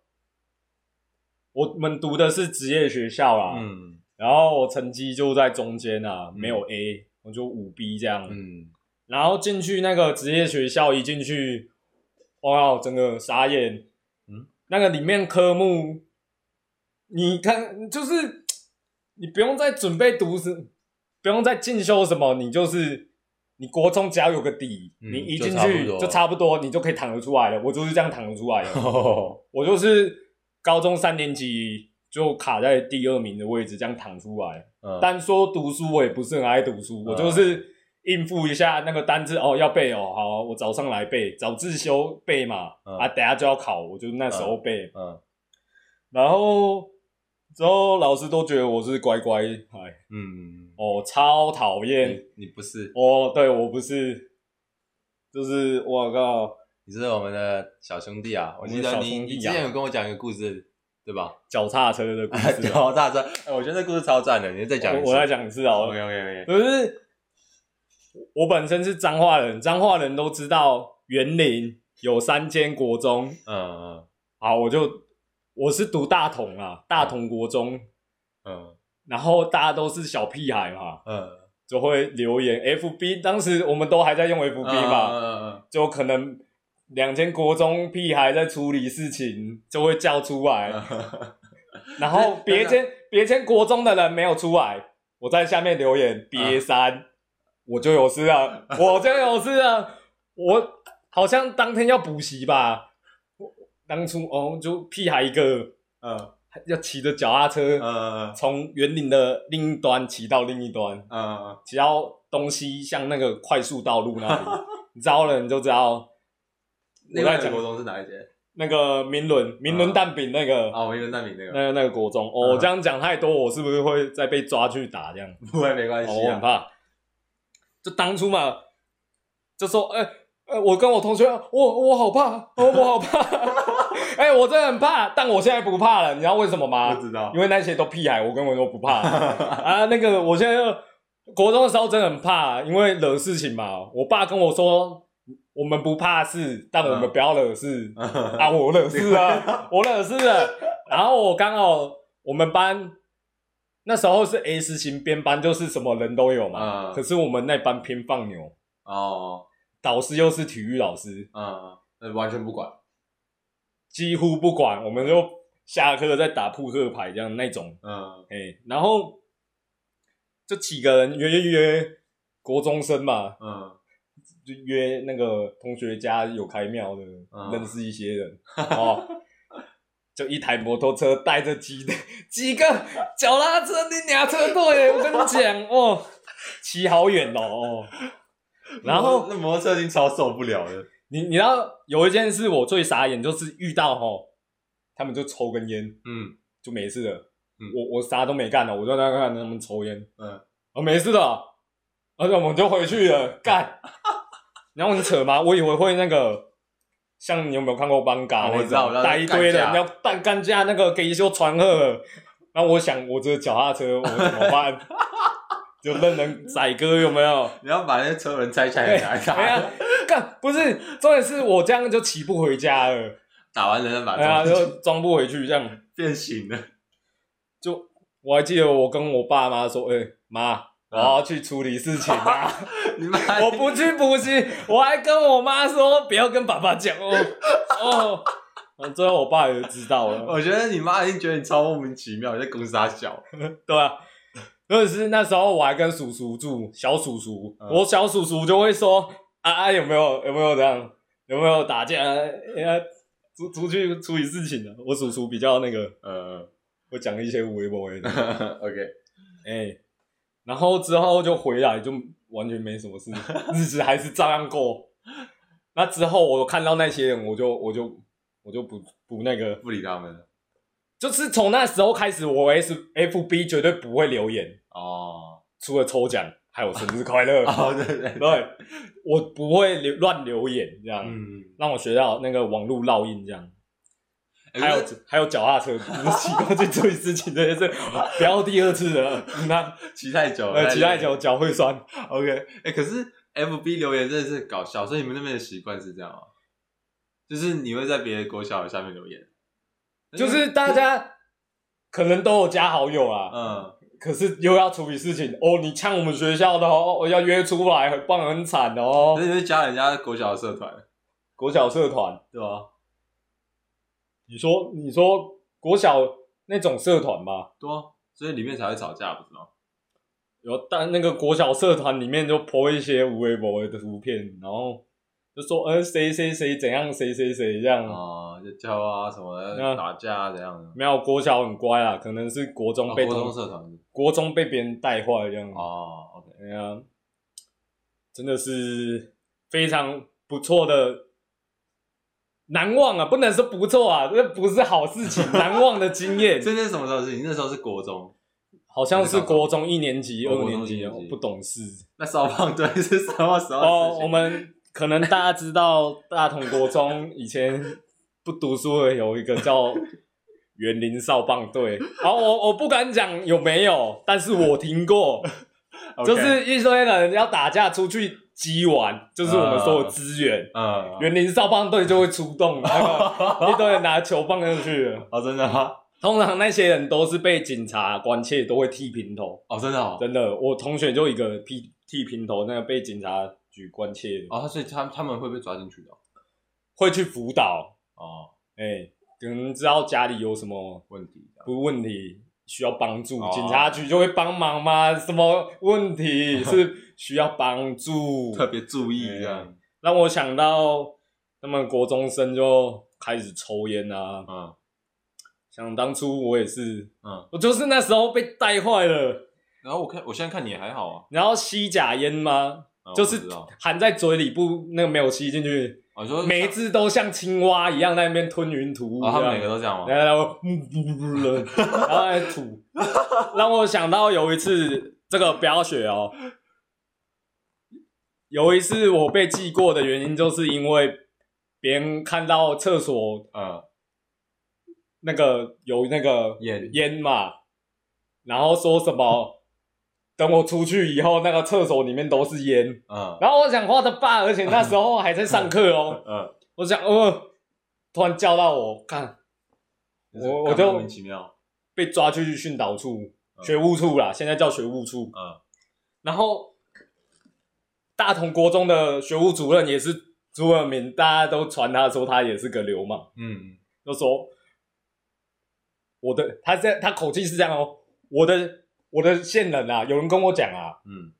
[SPEAKER 2] 我们读的是职业学校啦，
[SPEAKER 1] 嗯
[SPEAKER 2] 然后我成绩就在中间啊，
[SPEAKER 1] 嗯
[SPEAKER 2] 没有 A，、我就五 B 这样，
[SPEAKER 1] 嗯，
[SPEAKER 2] 然后进去那个职业学校，一进去，哇，整个傻眼。
[SPEAKER 1] 嗯，
[SPEAKER 2] 那个里面科目，你看，就是你不用再准备读什，不用再进修什么，你就是你国中只要有个底，
[SPEAKER 1] 嗯
[SPEAKER 2] 你一
[SPEAKER 1] 就
[SPEAKER 2] 进
[SPEAKER 1] 差不
[SPEAKER 2] 去
[SPEAKER 1] 多
[SPEAKER 2] 就差不多，你就可以躺得出来了。我就是这样躺得出来的。
[SPEAKER 1] [laughs] 哦，
[SPEAKER 2] 我就是高中三年级就卡在第二名的位置，这样躺出来。
[SPEAKER 1] 嗯，
[SPEAKER 2] 单说读书，我也不是很爱读书，我就是应付一下那个单字哦，要背哦，好，我早上来背，早自修背嘛，
[SPEAKER 1] 嗯
[SPEAKER 2] 啊，等下就要考，我就那时候背，
[SPEAKER 1] 嗯
[SPEAKER 2] 然后之后老师都觉得我是乖乖牌，
[SPEAKER 1] 嗯，
[SPEAKER 2] 哦，超讨厌，
[SPEAKER 1] 你你不是，
[SPEAKER 2] 哦，对我不是，就是我靠，
[SPEAKER 1] 你是我们的小兄弟啊！我记
[SPEAKER 2] 我们
[SPEAKER 1] 得
[SPEAKER 2] 的小
[SPEAKER 1] 你
[SPEAKER 2] 兄弟啊
[SPEAKER 1] 你之前有跟我讲一个故事，对
[SPEAKER 2] [laughs]
[SPEAKER 1] 吧？
[SPEAKER 2] 脚踏车的故
[SPEAKER 1] [laughs]
[SPEAKER 2] 事啊、
[SPEAKER 1] 超大战，哎，我觉得这故事超赞的，你再讲一次。哦
[SPEAKER 2] 我我再讲一次啊，我
[SPEAKER 1] OK OK OK，
[SPEAKER 2] 可是我本身是彰化人，彰化人都知道园林有三间国中，
[SPEAKER 1] 嗯嗯
[SPEAKER 2] 好，我就我是读大同啊，大同国中，
[SPEAKER 1] 嗯
[SPEAKER 2] 然后大家都是小屁孩嘛，
[SPEAKER 1] 嗯
[SPEAKER 2] 就会留言 FB，当时我们都还在用 FB
[SPEAKER 1] 嗯
[SPEAKER 2] 吧，
[SPEAKER 1] 吧，
[SPEAKER 2] 就可能。两间国中屁孩在处理事情，就会叫出来，
[SPEAKER 1] 嗯
[SPEAKER 2] [laughs] 然后
[SPEAKER 1] 对
[SPEAKER 2] 别间别间国中的人没有出来，我在下面留言瘪三、我就有事了，我就有事了，我好像当天要补习吧，我当初哦就屁孩一个，
[SPEAKER 1] 嗯
[SPEAKER 2] 要骑着脚踏车、
[SPEAKER 1] 嗯
[SPEAKER 2] 从园林的另一端骑到另一端，
[SPEAKER 1] 嗯
[SPEAKER 2] 骑到东西向那个快速道路那
[SPEAKER 1] [laughs]
[SPEAKER 2] 里，你知道了你就知道。我
[SPEAKER 1] 另
[SPEAKER 2] 在
[SPEAKER 1] 外一个
[SPEAKER 2] 讲
[SPEAKER 1] 国中是哪一间？
[SPEAKER 2] 那个明伦明伦蛋饼那个、
[SPEAKER 1] 嗯啊，我一个难民那个，
[SPEAKER 2] 那个那个国中，哦，
[SPEAKER 1] 嗯
[SPEAKER 2] 我这样讲太多，我是不是会再被抓去打这样？
[SPEAKER 1] 不会没关
[SPEAKER 2] 哦，
[SPEAKER 1] 系
[SPEAKER 2] 我很
[SPEAKER 1] 啊。
[SPEAKER 2] 怕。就当初嘛，就说，哎、哎、我跟我同学，我我好怕，哦，我好怕， [laughs] 哎、我真的很怕，但我现在不怕了，你知道为什么吗
[SPEAKER 1] 不？知道
[SPEAKER 2] 因，为那些都屁孩，我根本都不怕
[SPEAKER 1] [laughs]
[SPEAKER 2] 啊。那个，我现在就国中的时候真的很怕，因为惹事情嘛。我爸跟我说，我们不怕事，但我们
[SPEAKER 1] 嗯
[SPEAKER 2] 不要惹事。啊，我惹事
[SPEAKER 1] [laughs]
[SPEAKER 2] 啊，我惹事了。然后我刚好我们班那时候是 S 型编班，就是什么人都有嘛。
[SPEAKER 1] 嗯
[SPEAKER 2] 可是我们那班偏放牛，
[SPEAKER 1] 哦，
[SPEAKER 2] 导师又是体育老师，
[SPEAKER 1] 嗯，那完全不管，
[SPEAKER 2] 几乎不管，我们就下课在打扑克牌这样那种。
[SPEAKER 1] 嗯
[SPEAKER 2] 哎、然后就几个人约约约国中生嘛，
[SPEAKER 1] 嗯
[SPEAKER 2] 就约那个同学家有开庙的，
[SPEAKER 1] 嗯
[SPEAKER 2] 认识一些人哦。 [laughs] 就一台摩托车带着几的几个 [laughs] 脚踏车你俩车队，我跟你讲哦，骑好远哦哦。然后
[SPEAKER 1] 那摩托车已经超受不了了，
[SPEAKER 2] 你你知道有一件事我最傻眼，就是遇到吼，他们就抽根烟
[SPEAKER 1] 嗯
[SPEAKER 2] 就没事了，
[SPEAKER 1] 嗯
[SPEAKER 2] 我我啥都没干了，我就在那看他们抽烟，
[SPEAKER 1] 嗯
[SPEAKER 2] 哦，没事的，而且我们就回去
[SPEAKER 1] [laughs]
[SPEAKER 2] 了，干。然后你扯吗？我以为会那个，像你有没有看过邦嘎
[SPEAKER 1] 哦
[SPEAKER 2] 那
[SPEAKER 1] 我知道我知道
[SPEAKER 2] 种，带一堆
[SPEAKER 1] 干
[SPEAKER 2] 人
[SPEAKER 1] 架
[SPEAKER 2] 要干干架，那个给一修传贺。然后我想，我这脚踏车我怎
[SPEAKER 1] [laughs]
[SPEAKER 2] 么办？就任人宰割有没有？
[SPEAKER 1] 你要把那些车轮拆下
[SPEAKER 2] 对
[SPEAKER 1] 来打
[SPEAKER 2] 哎呀
[SPEAKER 1] 打，，
[SPEAKER 2] 干不是，重点是我这样就骑不回家了，
[SPEAKER 1] 打完人再把
[SPEAKER 2] 哎呀，
[SPEAKER 1] 车
[SPEAKER 2] 就装不回去这样。
[SPEAKER 1] 变形了，
[SPEAKER 2] 就我还记得我跟我爸妈说，哎、妈，我要去处理事情啊。
[SPEAKER 1] 你妈，
[SPEAKER 2] 我不去补习，我还跟我妈说不要跟爸爸讲哦哦然后最后我爸也知道了，
[SPEAKER 1] 我觉得你妈一定觉得你超莫名其妙，你在公司大小。
[SPEAKER 2] 对啊。或者是那时候我还跟叔叔住，小叔叔，
[SPEAKER 1] 嗯
[SPEAKER 2] 我小叔叔就会说啊啊有没有有没有这样有没有打架，呃出出去处理事情的。我叔叔比较那个，
[SPEAKER 1] 呃
[SPEAKER 2] 我讲一些微博的，
[SPEAKER 1] ，OK， [laughs]
[SPEAKER 2] 哎、然后之后就回来，就完全没什么事，日子还是照样过。那之后我看到那些人，我就我就我就不不那个，
[SPEAKER 1] 不理他们了
[SPEAKER 2] 就是从那时候开始，我 S F B 绝对不会留言，
[SPEAKER 1] 哦。 [laughs]
[SPEAKER 2] 除了抽奖，还有生日快乐。
[SPEAKER 1] 哦，对对
[SPEAKER 2] [laughs]
[SPEAKER 1] 对，
[SPEAKER 2] 对，我不会留乱留言这样，
[SPEAKER 1] 嗯，
[SPEAKER 2] 让我学到那个网络烙印这样。
[SPEAKER 1] 哎
[SPEAKER 2] 还有
[SPEAKER 1] 不是
[SPEAKER 2] 还有脚踏车，骑过去处理事情这件事，不要第二次了。那
[SPEAKER 1] 骑太久了，
[SPEAKER 2] 呃，骑太久脚会酸。
[SPEAKER 1] OK，哎、可是 FB 留言真的是搞笑，所以你们那边的习惯是这样吗？就是你会在别的国小的下面留言，
[SPEAKER 2] 就是大家可能都有加好友啊，
[SPEAKER 1] 嗯，
[SPEAKER 2] 可是又要处理事情哦。你呛我们学校的哦，哦要约出来，很棒很惨哦
[SPEAKER 1] 那。你会加人家国小的社团，
[SPEAKER 2] 国小社团，
[SPEAKER 1] 对吧？
[SPEAKER 2] 你说你说国小那种社团吧，
[SPEAKER 1] 对啊，所以里面才会吵架，不是吗？
[SPEAKER 2] 有但那个国小社团里面就 po 一些无微博的图片，然后就说呃谁谁谁怎样，谁谁谁这样。
[SPEAKER 1] 哦、就教啊什么的、
[SPEAKER 2] 嗯
[SPEAKER 1] 打架啊怎样的，
[SPEAKER 2] 没有国小很乖啊，可能是国中
[SPEAKER 1] 哦，
[SPEAKER 2] 被嗯
[SPEAKER 1] 国
[SPEAKER 2] 同
[SPEAKER 1] 中社团
[SPEAKER 2] 国中被别人带坏这样。
[SPEAKER 1] 哦，OK，
[SPEAKER 2] 哎呀，真的是非常不错的，难忘啊！不能说不错啊，这不是好事情，难忘的经
[SPEAKER 1] [laughs]
[SPEAKER 2] 验。
[SPEAKER 1] 这是什么时候的事情？那时候是国中，
[SPEAKER 2] 好像是国中一年级、
[SPEAKER 1] 哦
[SPEAKER 2] 二
[SPEAKER 1] 国
[SPEAKER 2] 年级
[SPEAKER 1] 中一年级啊
[SPEAKER 2] 不懂事
[SPEAKER 1] 那少棒队是什么时候的事
[SPEAKER 2] 哦。
[SPEAKER 1] 情
[SPEAKER 2] 我们可能大家知道，大同国中以前不读书的有一个叫园林少棒队，然后我我不敢讲有没有，但是我听过。
[SPEAKER 1] [laughs]
[SPEAKER 2] 就
[SPEAKER 1] OK，
[SPEAKER 2] 是一堆人要打架出去击玩，就是我们说的支援。
[SPEAKER 1] 嗯，
[SPEAKER 2] 园林少棒队就会出动，然后一堆人拿球棒上去了。
[SPEAKER 1] 哦，真的吗？
[SPEAKER 2] 通常那些人都是被警察关切，都会剃平头。
[SPEAKER 1] 哦，真的哦，
[SPEAKER 2] 真的，我同学就一个剃剃平头，那个被警察局关切，
[SPEAKER 1] 哦，所以他他们会被抓进去的哦
[SPEAKER 2] 会去辅导，
[SPEAKER 1] 哦，
[SPEAKER 2] 哎、可能知道家里有什么
[SPEAKER 1] 问题这样
[SPEAKER 2] 不问题需要帮助，
[SPEAKER 1] 哦
[SPEAKER 2] 警察局就会帮忙吗？什么问题是需要帮助？
[SPEAKER 1] 特别注意这样，
[SPEAKER 2] 让我想到他们国中生就开始抽烟啊。
[SPEAKER 1] 嗯
[SPEAKER 2] 想当初我也是，
[SPEAKER 1] 嗯，
[SPEAKER 2] 我就是那时候被带坏了，
[SPEAKER 1] 然后我看我现在看你还好啊
[SPEAKER 2] 然后吸假烟吗？
[SPEAKER 1] 嗯，
[SPEAKER 2] 就
[SPEAKER 1] 我
[SPEAKER 2] 是
[SPEAKER 1] 不知道
[SPEAKER 2] 含在嘴里不那个没有吸进去，
[SPEAKER 1] 哦，你说
[SPEAKER 2] 每一只都像青蛙一样在那边吞云吐雾这
[SPEAKER 1] 哦，他
[SPEAKER 2] 样，
[SPEAKER 1] 们每个都这样吗？
[SPEAKER 2] 然后嗯然后在吐， [laughs] 让我想到有一次，这个不要学哦。有一次我被记过的原因，就是因为别人看到厕所
[SPEAKER 1] 嗯，
[SPEAKER 2] 那个有那个
[SPEAKER 1] 烟
[SPEAKER 2] 烟嘛，然后说什么等我出去以后，那个厕所里面都是烟。
[SPEAKER 1] 嗯
[SPEAKER 2] 然后我想画的爸，而且那时候还在上课
[SPEAKER 1] [laughs]
[SPEAKER 2] 哦，
[SPEAKER 1] 嗯，
[SPEAKER 2] 我想呃，突然叫到我看，我我
[SPEAKER 1] 干嘛
[SPEAKER 2] 就
[SPEAKER 1] 莫名其妙，
[SPEAKER 2] 被抓去训导处、
[SPEAKER 1] 嗯
[SPEAKER 2] 学务处啦，现在叫学务处。
[SPEAKER 1] 嗯，
[SPEAKER 2] 然后大同国中的学务主任也是朱尔明，大家都传他说他也是个流氓，
[SPEAKER 1] 嗯，
[SPEAKER 2] 就说我的他这他口气是这样哦，我的我的线人啊，有人跟我讲啊，
[SPEAKER 1] 嗯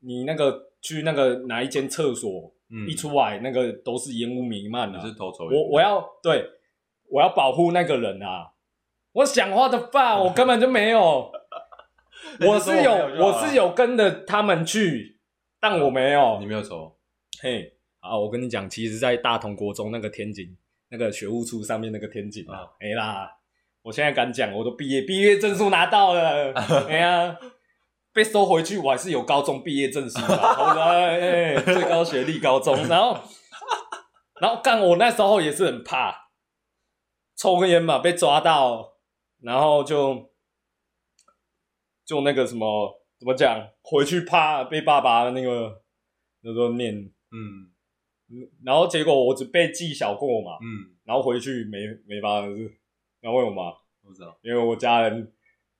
[SPEAKER 2] 你那个去那个哪一间厕所、
[SPEAKER 1] 嗯，
[SPEAKER 2] 一出来，那个都是烟雾弥漫
[SPEAKER 1] 你
[SPEAKER 2] 的、
[SPEAKER 1] 是头筹，
[SPEAKER 2] 我我要对，我要保护那个人啊！我想话的吧，我根本就没有，我是有我是
[SPEAKER 1] 有，
[SPEAKER 2] 有跟着他们去，但我哦没
[SPEAKER 1] 你
[SPEAKER 2] 有。
[SPEAKER 1] 没有仇，
[SPEAKER 2] 嘿，啊，我跟你讲，其实，在大同国中那个天井，那个学务处上面那个天井
[SPEAKER 1] 啊
[SPEAKER 2] 啊，没啦，我现在敢讲，我都毕业，毕业证书拿到了，哎呀。被收回去，我还是有高中毕业证书的，好啦，哎、最高学历高中，然后，然后干我那时候也是很怕，抽根烟嘛，被抓到，然后就就那个什么怎么讲，回去怕被爸爸那个那时候念，
[SPEAKER 1] 嗯
[SPEAKER 2] 然后结果我只被记小过嘛，
[SPEAKER 1] 嗯，
[SPEAKER 2] 然后回去没没发生事，然后问我妈，
[SPEAKER 1] 我
[SPEAKER 2] [laughs]
[SPEAKER 1] 知道，
[SPEAKER 2] 因为我家人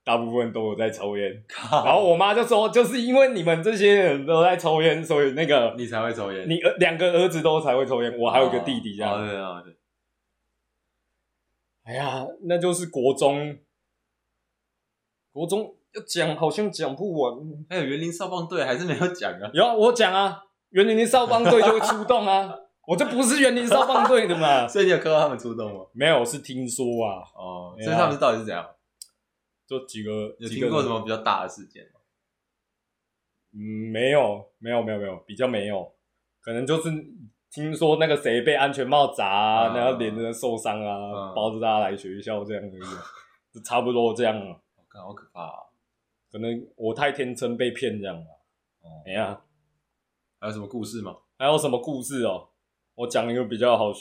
[SPEAKER 2] 大部分都有在抽烟，
[SPEAKER 1] 然
[SPEAKER 2] 然后我妈就说，就是因为你们这些人都在抽烟，所以那个
[SPEAKER 1] 你才会抽烟，哦
[SPEAKER 2] 你儿两个儿子都才会抽烟，我还有一个弟弟这样，
[SPEAKER 1] 哦对啊对，
[SPEAKER 2] 哎呀，那就是国中，国中要讲好像讲不完，
[SPEAKER 1] 还有园林少棒队还是没有讲啊。 [laughs]
[SPEAKER 2] 有啊我讲啊，园林少棒队就会出动啊， [laughs] 我这不是园林少棒队的嘛， [laughs]
[SPEAKER 1] 所以你有看到他们出动吗？
[SPEAKER 2] 没有是听说啊，
[SPEAKER 1] 哦，
[SPEAKER 2] 对啊
[SPEAKER 1] 所以他们到底是怎样？
[SPEAKER 2] 就几个
[SPEAKER 1] 有
[SPEAKER 2] 几
[SPEAKER 1] 听
[SPEAKER 2] 个
[SPEAKER 1] 过
[SPEAKER 2] 人
[SPEAKER 1] 什么比较大的事件吗？
[SPEAKER 2] 嗯，没有，没有，没有，没有，比较没有，可能就是听说那个谁被安全帽砸、
[SPEAKER 1] 啊
[SPEAKER 2] 然后脸真的受伤啊，
[SPEAKER 1] 嗯
[SPEAKER 2] 包着大家来学校这样而已啊，就差不多这样了。
[SPEAKER 1] 我看好可怕啊！
[SPEAKER 2] 可能我太天真被骗这样了。
[SPEAKER 1] 哦，
[SPEAKER 2] 哎呀，
[SPEAKER 1] 还有什么故事吗？
[SPEAKER 2] 还有什么故事哦？我讲一个比较好、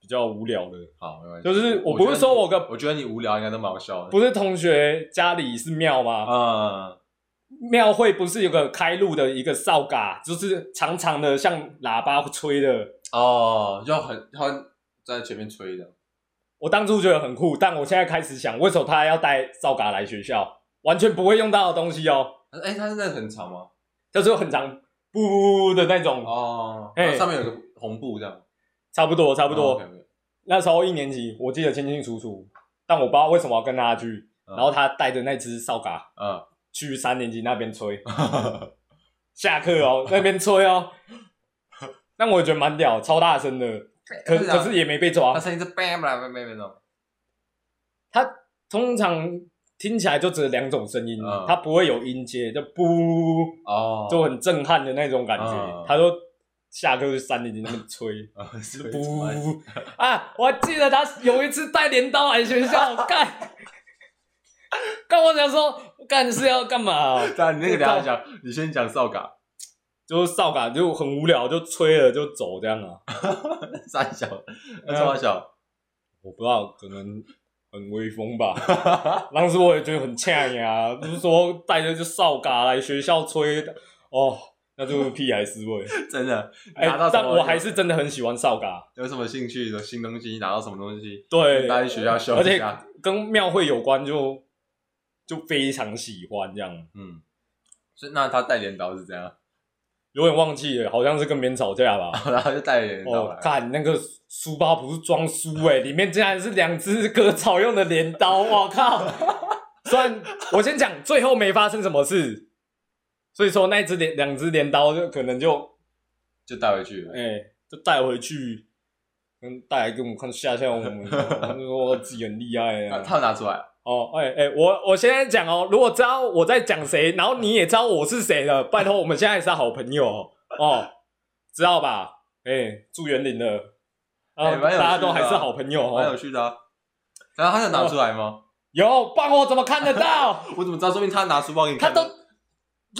[SPEAKER 2] 比较无聊的，
[SPEAKER 1] 好，没关系。
[SPEAKER 2] 就是我不是说我
[SPEAKER 1] 跟，
[SPEAKER 2] 个
[SPEAKER 1] 我觉得你无聊应该都蛮好笑的。
[SPEAKER 2] 不是同学家里是庙吗？
[SPEAKER 1] 嗯，
[SPEAKER 2] 庙会不是有个开路的一个哨嘎，就是长长的像喇叭吹的。
[SPEAKER 1] 哦，就很他在前面吹的，
[SPEAKER 2] 我当初觉得很酷，但我现在开始想，为什么他要带扫嘎来学校？完全不会用到的东西哦，
[SPEAKER 1] 哎，他是在很长吗？
[SPEAKER 2] 就是有很长布布布布的那种，
[SPEAKER 1] 哦，
[SPEAKER 2] 哎
[SPEAKER 1] 然后上面有个红布这样，哦
[SPEAKER 2] 差不多差
[SPEAKER 1] 差
[SPEAKER 2] 不多。那时候一年级，我记得清清楚楚，但我不知道为什么要跟他去。
[SPEAKER 1] 嗯
[SPEAKER 2] 然后他带着那只扫嘎
[SPEAKER 1] 嗯，
[SPEAKER 2] 去三年级那边吹，下课哦，那边
[SPEAKER 1] [laughs]
[SPEAKER 2] 吹哦。但我觉得蛮屌，超大声的，可
[SPEAKER 1] 对啊
[SPEAKER 2] 可是也没被
[SPEAKER 1] 他
[SPEAKER 2] 抓。
[SPEAKER 1] 声音是 bam 啦 bam bam 那种，
[SPEAKER 2] 通常听起来就只有两种声音
[SPEAKER 1] 嗯，
[SPEAKER 2] 它不会有音阶，就不。
[SPEAKER 1] 哦，
[SPEAKER 2] 就很震撼的那种感
[SPEAKER 1] 嗯，
[SPEAKER 2] 觉。他说下课去山里那边吹
[SPEAKER 1] [laughs] 啊是
[SPEAKER 2] 不
[SPEAKER 1] 不
[SPEAKER 2] [laughs] 啊！我还记得他有一次带镰刀来学校干， [laughs] 干我想说干是要干嘛？啊
[SPEAKER 1] 但你那个等一下讲，你先讲扫嘎
[SPEAKER 2] [laughs] 就是扫感就很无聊，就吹了就走这样啊。
[SPEAKER 1] 三小，那三小，
[SPEAKER 2] 我不知道，可能很威风吧。当时我也觉得很呛呀，就是说带着就扫嘎来学校吹，哦，那就是屁孩思
[SPEAKER 1] [laughs]
[SPEAKER 2] 维。
[SPEAKER 1] 真的
[SPEAKER 2] 哎、
[SPEAKER 1] 拿到什
[SPEAKER 2] 但
[SPEAKER 1] 么
[SPEAKER 2] 我还是真的很喜欢扫嘎。
[SPEAKER 1] 有什么兴趣的新东西，拿到什么东西，
[SPEAKER 2] 对，
[SPEAKER 1] 待在学校休
[SPEAKER 2] 而
[SPEAKER 1] 息一
[SPEAKER 2] 且
[SPEAKER 1] 下，
[SPEAKER 2] 跟庙会有关就就非常喜欢这样，
[SPEAKER 1] 嗯，所以那他带镰刀是这样，
[SPEAKER 2] 有点忘记了，好像是跟别人吵
[SPEAKER 1] [laughs]
[SPEAKER 2] 架吧。
[SPEAKER 1] 然后就带镰刀
[SPEAKER 2] 哦，
[SPEAKER 1] 来，
[SPEAKER 2] 看那个书包不是装书哎、里面竟然是两只割草用的镰刀，我靠！虽然我先讲，最后没发生什么事，所以说那只镰两只镰刀就可能就
[SPEAKER 1] 就带回去了
[SPEAKER 2] 哎、。就带回去，嗯，带来给我们看吓吓我们，就说自己很厉害
[SPEAKER 1] 那
[SPEAKER 2] 啊。
[SPEAKER 1] 他有拿出来啊，
[SPEAKER 2] 哦，哎、哎、我我现在讲哦，如果知道我在讲谁，然后你也知道我是谁了，拜托，我们现在也是好朋友哦，哦，知道吧？哎、住园林的，啊、
[SPEAKER 1] 哎蛮有趣的啊
[SPEAKER 2] 大家都还是好朋友
[SPEAKER 1] 蛮有
[SPEAKER 2] 哦。
[SPEAKER 1] 趣的啊。然后他有拿出来吗？
[SPEAKER 2] 有，帮我怎么看
[SPEAKER 1] [laughs]
[SPEAKER 2] 得到？
[SPEAKER 1] 我怎么知道？说明他拿书包给你
[SPEAKER 2] 他
[SPEAKER 1] 看的，
[SPEAKER 2] 都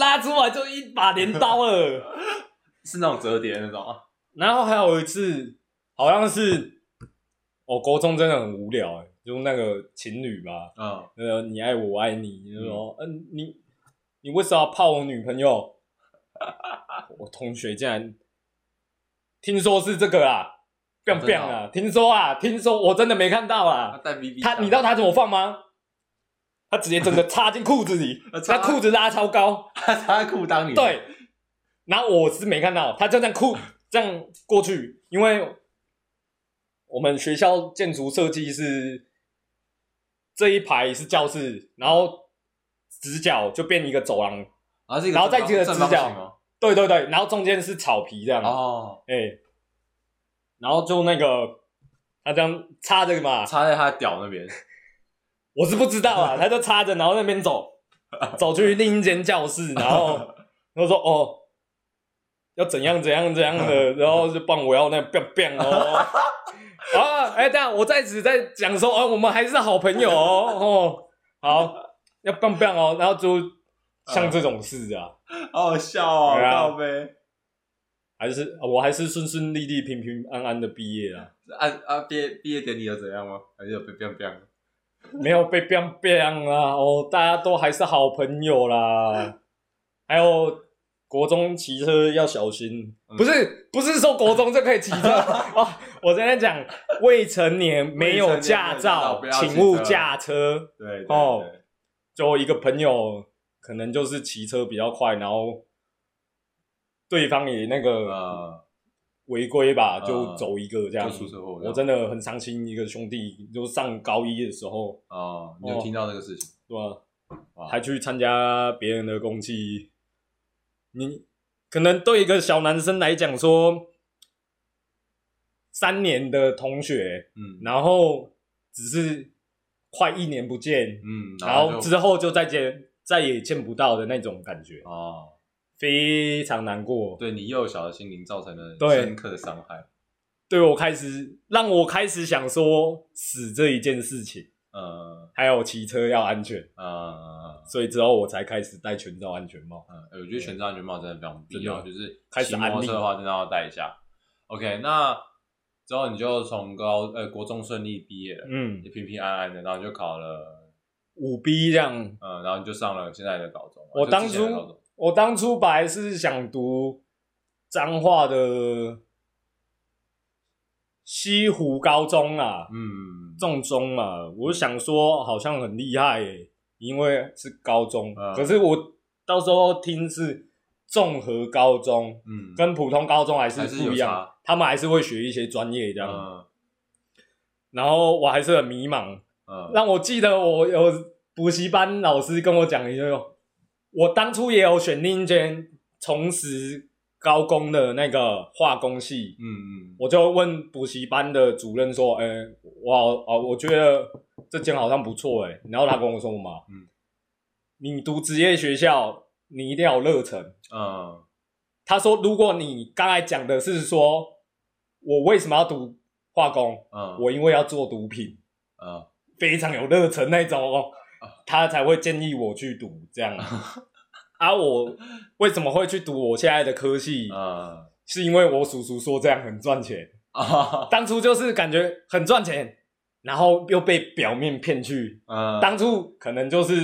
[SPEAKER 2] 拉出来就一把镰刀了。
[SPEAKER 1] 是那种折叠的那种啊。
[SPEAKER 2] 然后还有一次，好像是，哦，国中真的很无聊、哎，就那个情侣吧，
[SPEAKER 1] 嗯，
[SPEAKER 2] 呃，你爱我，我爱你，就说，嗯、你你为什么要泡我女朋
[SPEAKER 1] [laughs]
[SPEAKER 2] 友？我同学竟然听说是这个啊，biang
[SPEAKER 1] 哦真的
[SPEAKER 2] biang
[SPEAKER 1] 哦
[SPEAKER 2] 啊，听说啊，听说，我真的没看到
[SPEAKER 1] 他
[SPEAKER 2] 啊。
[SPEAKER 1] 带 BB，
[SPEAKER 2] 他，
[SPEAKER 1] 枪
[SPEAKER 2] 你知道他怎么放吗？他直接整个插进裤子里，
[SPEAKER 1] 呃 [laughs] 插
[SPEAKER 2] 他裤子拉超高，
[SPEAKER 1] 他插在裤裆里，
[SPEAKER 2] 对，。然后我是没看到，他就这样裤这样过去，因为我们学校建筑设计是这一排是教室，然后直角就变一个走廊，
[SPEAKER 1] 然后啊这个
[SPEAKER 2] 然后再
[SPEAKER 1] 正
[SPEAKER 2] 这个
[SPEAKER 1] 正
[SPEAKER 2] 直
[SPEAKER 1] 方形
[SPEAKER 2] 角
[SPEAKER 1] 吗
[SPEAKER 2] 对对对，然后中间是草皮这样，哎、
[SPEAKER 1] 哦，
[SPEAKER 2] 然后就那个他这样插着嘛，
[SPEAKER 1] 插在他的屌那边，
[SPEAKER 2] 我是不知道啊，他就插着，然后那边走，走去另一间教室，然后他说哦，要怎样怎样怎样的，然后就帮我要那 biang biang 哦。啊，哎、等一下我在此在讲说，哦，我们还是好朋友哦，哦，好，要 biang biang 哦，然后就像这种事啊，
[SPEAKER 1] 好好笑哦，
[SPEAKER 2] 对啊
[SPEAKER 1] 靠呗。
[SPEAKER 2] 还是我还是顺顺利利、平平安安的毕业啊，
[SPEAKER 1] 啊啊，毕业毕业典礼有怎样吗？还是有被 biang biang？
[SPEAKER 2] 没有被 biang biang 啊，哦，大家都还是好朋友 [laughs] 啦。还有国中骑车要小心，
[SPEAKER 1] 嗯
[SPEAKER 2] 不是不是说国中就可以骑 [laughs] 车哦，我在那讲未成年没有驾照
[SPEAKER 1] 未，成年
[SPEAKER 2] 请
[SPEAKER 1] 没有驾
[SPEAKER 2] 勿
[SPEAKER 1] 照不要骑车
[SPEAKER 2] 驾车。
[SPEAKER 1] 对对
[SPEAKER 2] 哦
[SPEAKER 1] 对
[SPEAKER 2] 就一个朋友可能就是骑车比较快，然后对方也那个
[SPEAKER 1] 呃，
[SPEAKER 2] 违规吧，
[SPEAKER 1] 嗯
[SPEAKER 2] 嗯就走一个这样。
[SPEAKER 1] 就出车祸这样
[SPEAKER 2] 我真的很伤心，一个兄弟就上高一的时候，
[SPEAKER 1] 哦，你有听到这个事情？
[SPEAKER 2] 对吧、
[SPEAKER 1] 哇
[SPEAKER 2] 还去参加别人的公祭，你可能对一个小男生来讲说，三年的同学，
[SPEAKER 1] 嗯
[SPEAKER 2] 然后只是快一年不见，
[SPEAKER 1] 嗯，
[SPEAKER 2] 然
[SPEAKER 1] 就
[SPEAKER 2] 后之后就再见再也见不到的那种感觉，
[SPEAKER 1] 哦，
[SPEAKER 2] 非常难过。
[SPEAKER 1] 对你幼小的心灵造成了
[SPEAKER 2] 对
[SPEAKER 1] 深刻的伤害。
[SPEAKER 2] 对我开始让我开始想说死这一件事情，
[SPEAKER 1] 呃
[SPEAKER 2] 还有骑车要安全，
[SPEAKER 1] 呃
[SPEAKER 2] 所以之后我才开始戴全罩安全帽。
[SPEAKER 1] 呃，我觉得全罩安全帽真的非常必要，
[SPEAKER 2] 真
[SPEAKER 1] 就是
[SPEAKER 2] 开始
[SPEAKER 1] 骑摩托车
[SPEAKER 2] 安
[SPEAKER 1] 的
[SPEAKER 2] 利
[SPEAKER 1] 话，真的要戴一下。OK，那之后你就从高呃国中顺利毕业了，
[SPEAKER 2] 嗯
[SPEAKER 1] 你，平平安安的，然后就考了，
[SPEAKER 2] 五 B 这样。
[SPEAKER 1] 呃，然后你就上了现在的高中嘛。
[SPEAKER 2] 我
[SPEAKER 1] 就
[SPEAKER 2] 当
[SPEAKER 1] 之前的高中
[SPEAKER 2] 初我当初本来是想读彰化的西湖高中啊，
[SPEAKER 1] 嗯，
[SPEAKER 2] 重中嘛，我想说好像很厉害耶、因为是高中。
[SPEAKER 1] 嗯
[SPEAKER 2] 可是我到时候听是综合高中，
[SPEAKER 1] 嗯
[SPEAKER 2] 跟普通高中还是
[SPEAKER 1] 还是有
[SPEAKER 2] 不一样
[SPEAKER 1] 差，
[SPEAKER 2] 他们还是会学一些专业这样。
[SPEAKER 1] 嗯
[SPEAKER 2] 然后我还是很迷茫，
[SPEAKER 1] 嗯
[SPEAKER 2] 让我记得我有补习班老师跟我讲一句，我当初也有选另一间重实高工的那个化工系，
[SPEAKER 1] 嗯嗯
[SPEAKER 2] 我就问补习班的主任说：“哎、我好哦，我觉得这间好像不错哎。”然后他跟我说嘛：“
[SPEAKER 1] 嗯
[SPEAKER 2] 嗯，你读职业学校，你一定要有热忱。
[SPEAKER 1] 嗯”
[SPEAKER 2] 他说：“如果你刚才讲的是说我为什么要读化工，
[SPEAKER 1] 嗯，
[SPEAKER 2] 我因为要做毒品，
[SPEAKER 1] 嗯
[SPEAKER 2] 非常有热忱那种哦，他才会建议我去读
[SPEAKER 1] [laughs]
[SPEAKER 2] 这样。啊，我为什么会去读我现在的科系？
[SPEAKER 1] 嗯
[SPEAKER 2] 是因为我叔叔说这样很赚钱。”
[SPEAKER 1] 啊
[SPEAKER 2] 当初就是感觉很赚钱，然后又被表面骗去。
[SPEAKER 1] 嗯，
[SPEAKER 2] 当初可能就是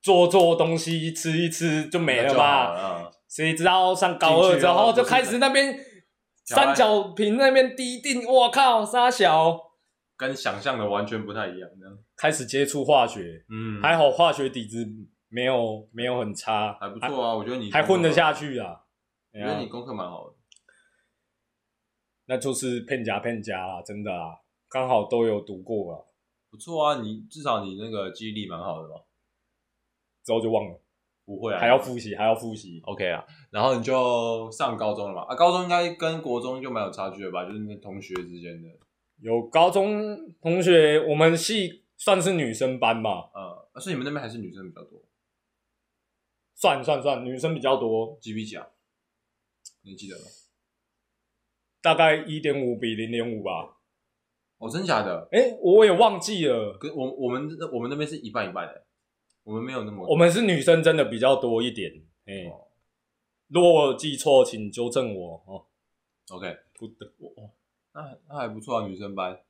[SPEAKER 2] 做做东西吃一吃就没了
[SPEAKER 1] 那就
[SPEAKER 2] 吧，
[SPEAKER 1] 好了？嗯
[SPEAKER 2] 谁知道上高二之后
[SPEAKER 1] 进去了
[SPEAKER 2] 就开始那边
[SPEAKER 1] 小孩
[SPEAKER 2] 三角坪那边低定，我靠，沙小
[SPEAKER 1] 跟想象的完全不太一样，这样。
[SPEAKER 2] 开始接触化学，
[SPEAKER 1] 嗯，
[SPEAKER 2] 还好化学底子没有没有很差，
[SPEAKER 1] 还不错啊，我觉得你
[SPEAKER 2] 还，还混得下
[SPEAKER 1] 去，
[SPEAKER 2] 去啊。
[SPEAKER 1] 我觉得你功课蛮好的。
[SPEAKER 2] 那就是骗家骗家啊，真的啊，刚好都有读过啊，
[SPEAKER 1] 不错啊，你至少你那个记忆力蛮好的吧？
[SPEAKER 2] 之后就忘了，
[SPEAKER 1] 不会啊，
[SPEAKER 2] 还要复习，还要复习。
[SPEAKER 1] OK 啊，然后你就上高中了嘛？啊，高中应该跟国中就蛮有差距了吧？就是那同学之间的，
[SPEAKER 2] 有高中同学，我们系算是女生班吧，
[SPEAKER 1] 呃，啊所以你们那边还是女生比较多，
[SPEAKER 2] 算算算，女生比较多，
[SPEAKER 1] 几比几啊？你记得吗？
[SPEAKER 2] 大概一点五比零点五吧。
[SPEAKER 1] 哦，真假的？
[SPEAKER 2] 哎、我也忘记了，
[SPEAKER 1] 跟我我们我们那边是一半一半的，我们没有那么
[SPEAKER 2] 我们是女生真的比较多一点。哎、
[SPEAKER 1] 哦
[SPEAKER 2] 如果我有记错，请纠正我哦。
[SPEAKER 1] OK，
[SPEAKER 2] 不得，哦我
[SPEAKER 1] 那那还不错啊，女生班。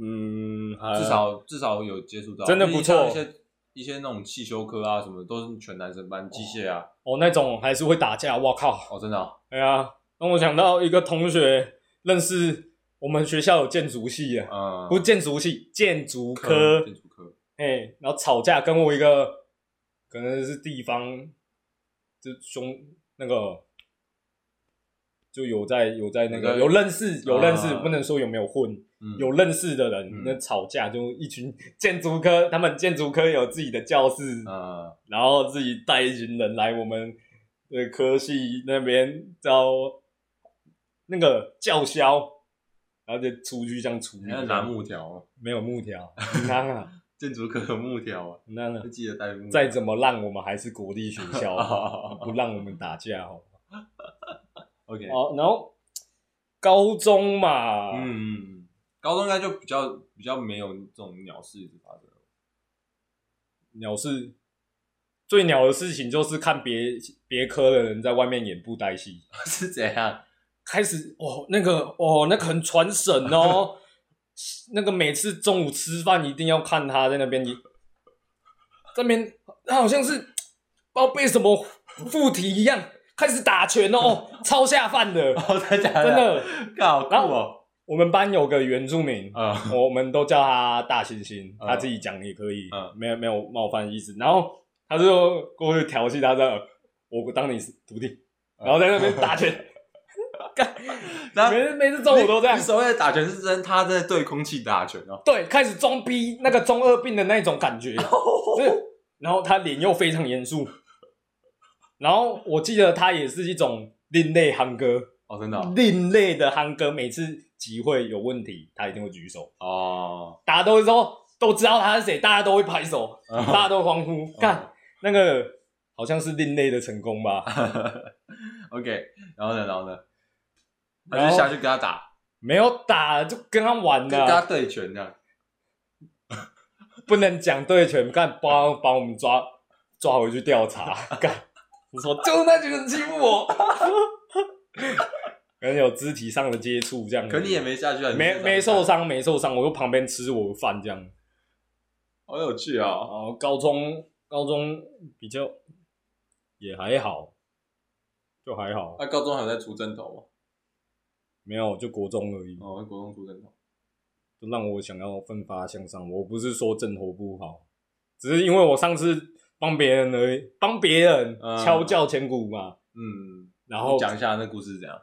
[SPEAKER 2] 嗯，
[SPEAKER 1] 至
[SPEAKER 2] 至
[SPEAKER 1] 少至少有接触到，
[SPEAKER 2] 真的不错
[SPEAKER 1] 因为像一些一些那种汽修科啊，什么都是全男生班，机械啊，
[SPEAKER 2] 哦那种还是会打架，我靠！
[SPEAKER 1] 哦，真的啊、
[SPEAKER 2] 哎呀，让我想到一个同学认识我们学校有建筑系啊，
[SPEAKER 1] 嗯，
[SPEAKER 2] 不是建筑系，建筑科
[SPEAKER 1] 科，建筑科，
[SPEAKER 2] 哎、然后吵架，跟我一个可能是地方，就兄那个就有在有在那
[SPEAKER 1] 有
[SPEAKER 2] 个
[SPEAKER 1] 在
[SPEAKER 2] 有认识有认识，
[SPEAKER 1] 啊
[SPEAKER 2] 不能说有没有混，
[SPEAKER 1] 嗯，
[SPEAKER 2] 有认识的人、
[SPEAKER 1] 嗯
[SPEAKER 2] 那吵架，就一群建筑科，他们建筑科有自己的教室，
[SPEAKER 1] 嗯，
[SPEAKER 2] 然后自己带一群人来我们的科系那边招那个叫嚣，然后就出去这样处
[SPEAKER 1] 你
[SPEAKER 2] 理，
[SPEAKER 1] 要拿木条哦，
[SPEAKER 2] 没有木条，那啊，
[SPEAKER 1] 建筑科有木条啊， [laughs]
[SPEAKER 2] 那啊
[SPEAKER 1] 就。记得带木条。
[SPEAKER 2] 再怎么烂，我们还是国立学
[SPEAKER 1] [laughs]
[SPEAKER 2] 校，
[SPEAKER 1] 哦
[SPEAKER 2] 不让我们打架哦。
[SPEAKER 1] OK，
[SPEAKER 2] 哦，然后高中嘛，
[SPEAKER 1] 嗯，嗯，嗯高中应该就比较比较没有这种鸟事发生了。
[SPEAKER 2] 鸟事最鸟的事情就是看别别科的人在外面演布袋戏，
[SPEAKER 1] [laughs] 是怎样？
[SPEAKER 2] 开始哦，那个哦，那个很传神哦， [laughs] 那个每次中午吃饭一定要看他在那边演，这边他好像是不知道被什么附体一样，开始打拳哦，超下饭的， [laughs]
[SPEAKER 1] 哦，真的假
[SPEAKER 2] 真的。
[SPEAKER 1] 干好酷哦！
[SPEAKER 2] 我们班有个原住民，
[SPEAKER 1] 嗯
[SPEAKER 2] 我们都叫他大猩猩，
[SPEAKER 1] 嗯
[SPEAKER 2] 他自己讲也可以，
[SPEAKER 1] 嗯
[SPEAKER 2] 没有没有冒犯意思。然后他
[SPEAKER 1] 嗯
[SPEAKER 2] 呃就过去调戏他这样，我当你是徒弟，然后在那边打拳，
[SPEAKER 1] 然后
[SPEAKER 2] 每次每次中午都这样
[SPEAKER 1] 你。所谓的打拳是真，他在对空气打拳哦。
[SPEAKER 2] 对，开始装逼那个中二病的那种
[SPEAKER 1] [laughs]
[SPEAKER 2] 感觉，就是然后他脸又非常严肃，然后我记得他也是一种另类憨哥，
[SPEAKER 1] 哦，真的哦
[SPEAKER 2] 另类的憨哥，每次集会有问题，他一定会举手，
[SPEAKER 1] 哦，
[SPEAKER 2] 大家都会说都知道他是谁，大家都会拍手，
[SPEAKER 1] 啊
[SPEAKER 2] 大家都欢
[SPEAKER 1] 哦
[SPEAKER 2] 呼，干那个好像是另类的成功吧？
[SPEAKER 1] [laughs] OK，然后呢，然后呢，他
[SPEAKER 2] 然后啊
[SPEAKER 1] 就下去跟他打，
[SPEAKER 2] 没有打就跟他玩
[SPEAKER 1] 跟跟他
[SPEAKER 2] 了，
[SPEAKER 1] 对拳这样。 [laughs]
[SPEAKER 2] 不能讲对拳，干帮帮我们抓抓回去调查，干。你说
[SPEAKER 1] 就那几个人欺负
[SPEAKER 2] 嗯
[SPEAKER 1] 我，
[SPEAKER 2] 可能有肢体上的接触这样子。
[SPEAKER 1] 可你也没下去啊，你
[SPEAKER 2] 没
[SPEAKER 1] 是
[SPEAKER 2] 没
[SPEAKER 1] 打
[SPEAKER 2] 受，伤，没受伤，我就旁边吃我的饭这样。
[SPEAKER 1] 好有趣哦。
[SPEAKER 2] 哦，高中高中比较也还好，就还好，
[SPEAKER 1] 那高中还有在出针头
[SPEAKER 2] 没有就国中而已
[SPEAKER 1] 吗？，哦，国中出针头。
[SPEAKER 2] 就让我想要奋发向上。我不是说正头不好，只是因为我上次帮别人而已，帮别人
[SPEAKER 1] 嗯
[SPEAKER 2] 敲叫千古嘛，
[SPEAKER 1] 嗯，
[SPEAKER 2] 然后
[SPEAKER 1] 讲一下那故事是怎样。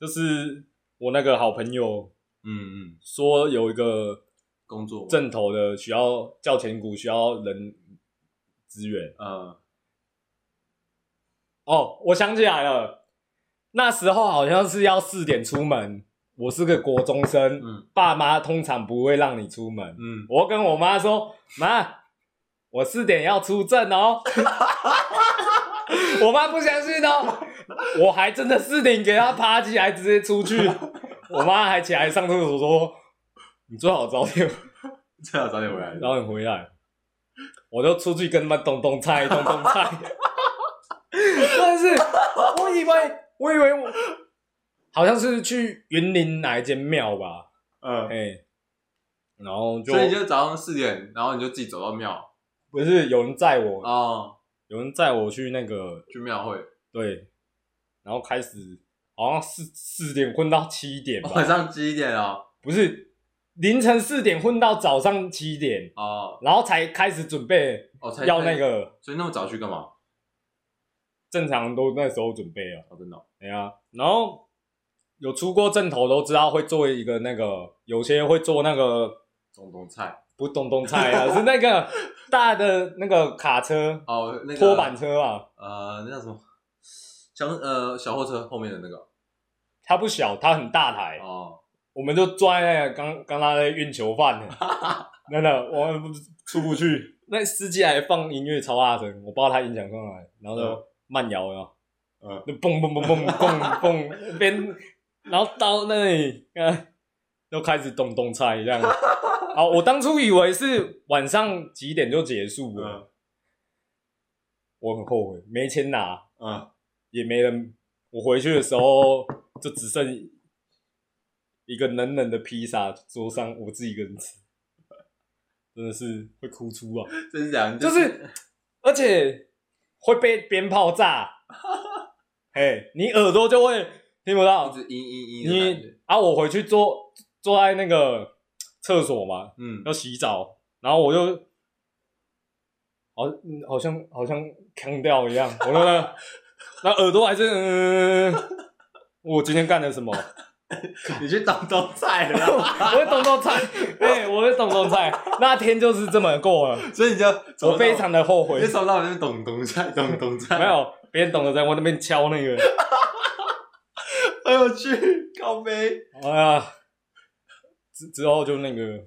[SPEAKER 2] 就是我那个好朋友
[SPEAKER 1] 嗯嗯，
[SPEAKER 2] 说有一个
[SPEAKER 1] 工作嘛
[SPEAKER 2] 正头的需要叫千古需要人资源。
[SPEAKER 1] 嗯
[SPEAKER 2] 哦，我想起来了，那时候好像是要四点出门。我是个国中生，
[SPEAKER 1] 嗯
[SPEAKER 2] 爸妈通常不会让你出门。
[SPEAKER 1] 嗯，
[SPEAKER 2] 我跟我妈说：“妈，我四点要出镇哦。” [laughs] 我妈不相信哦，我还真的四点给她爬起来直接出去。我妈还起来上厕所说：“你最好早点
[SPEAKER 1] 最好早点回来。
[SPEAKER 2] 然后你回来，我就出去跟他们动动菜，动动菜。 [laughs] 但是我以为，我以为我好像是去云林哪一间庙吧，哎、
[SPEAKER 1] 嗯，
[SPEAKER 2] 然后就
[SPEAKER 1] 所以你就早上四点，然后你就自己走到庙
[SPEAKER 2] 不是有人载我，
[SPEAKER 1] 哦，
[SPEAKER 2] 有人载我去那个
[SPEAKER 1] 去庙会，
[SPEAKER 2] 对，然后开始好像四四点混到七点吧，
[SPEAKER 1] 晚上七点哦。
[SPEAKER 2] 不是凌晨四点混到早上七点，
[SPEAKER 1] 哦
[SPEAKER 2] 然后才开始准备
[SPEAKER 1] 哦，才
[SPEAKER 2] 要那，个，
[SPEAKER 1] 所以那么早去干嘛？
[SPEAKER 2] 正常都那时候准备啊。
[SPEAKER 1] 哦，真的哦。
[SPEAKER 2] 哎呀，然后有出过正头都知道会做一个那个，有些会做那个
[SPEAKER 1] 种种菜
[SPEAKER 2] 不是东东菜啊，是那个大的那个卡车、
[SPEAKER 1] 哦，那个
[SPEAKER 2] 拖板车啊，
[SPEAKER 1] 呃，那叫什么？小呃小货车后面的那个
[SPEAKER 2] 它不小，它很大台，
[SPEAKER 1] 哦，
[SPEAKER 2] 我们就抓在那个刚刚他在运球饭呢，真的，我们不出不去，那司机还放音乐超大声，我不知道他音响上来，然后
[SPEAKER 1] 嗯
[SPEAKER 2] 就慢摇啊，
[SPEAKER 1] 嗯
[SPEAKER 2] 就蹦蹦蹦蹦蹦蹦边，然后到那里，啊，又开始动动菜这样。好，我当初以为是晚上几点就结束了，
[SPEAKER 1] 嗯
[SPEAKER 2] 我很后悔，没钱拿，
[SPEAKER 1] 嗯，
[SPEAKER 2] 也没人。我回去的时候就只剩一个冷冷的披萨，桌上我自己一个人吃，真的是会哭出啊！
[SPEAKER 1] 这是讲
[SPEAKER 2] 就是，而且会被鞭炮炸，嘿，你耳朵就会听不
[SPEAKER 1] 一
[SPEAKER 2] 到。
[SPEAKER 1] 直嘤嘤嘤的感
[SPEAKER 2] 你
[SPEAKER 1] 觉，
[SPEAKER 2] 啊，我回去坐坐在那个厕所嘛，
[SPEAKER 1] 嗯
[SPEAKER 2] 要洗澡，然后我就好嗯好像好像腔掉一样，我就那那耳朵还是嗯，我今天干了什么？
[SPEAKER 1] [laughs] 你去当当菜了
[SPEAKER 2] 我
[SPEAKER 1] 啦，
[SPEAKER 2] [laughs] 会懂懂菜，哎、我会懂懂菜，那天就是这么过了，
[SPEAKER 1] 所以你就
[SPEAKER 2] 我非常的后悔
[SPEAKER 1] 你。手到那边咚咚菜咚咚菜，
[SPEAKER 2] [laughs] 没有，别人懂得在我那边敲那个，
[SPEAKER 1] 很有趣，哎靠背。
[SPEAKER 2] 哎呀，之之后就那个，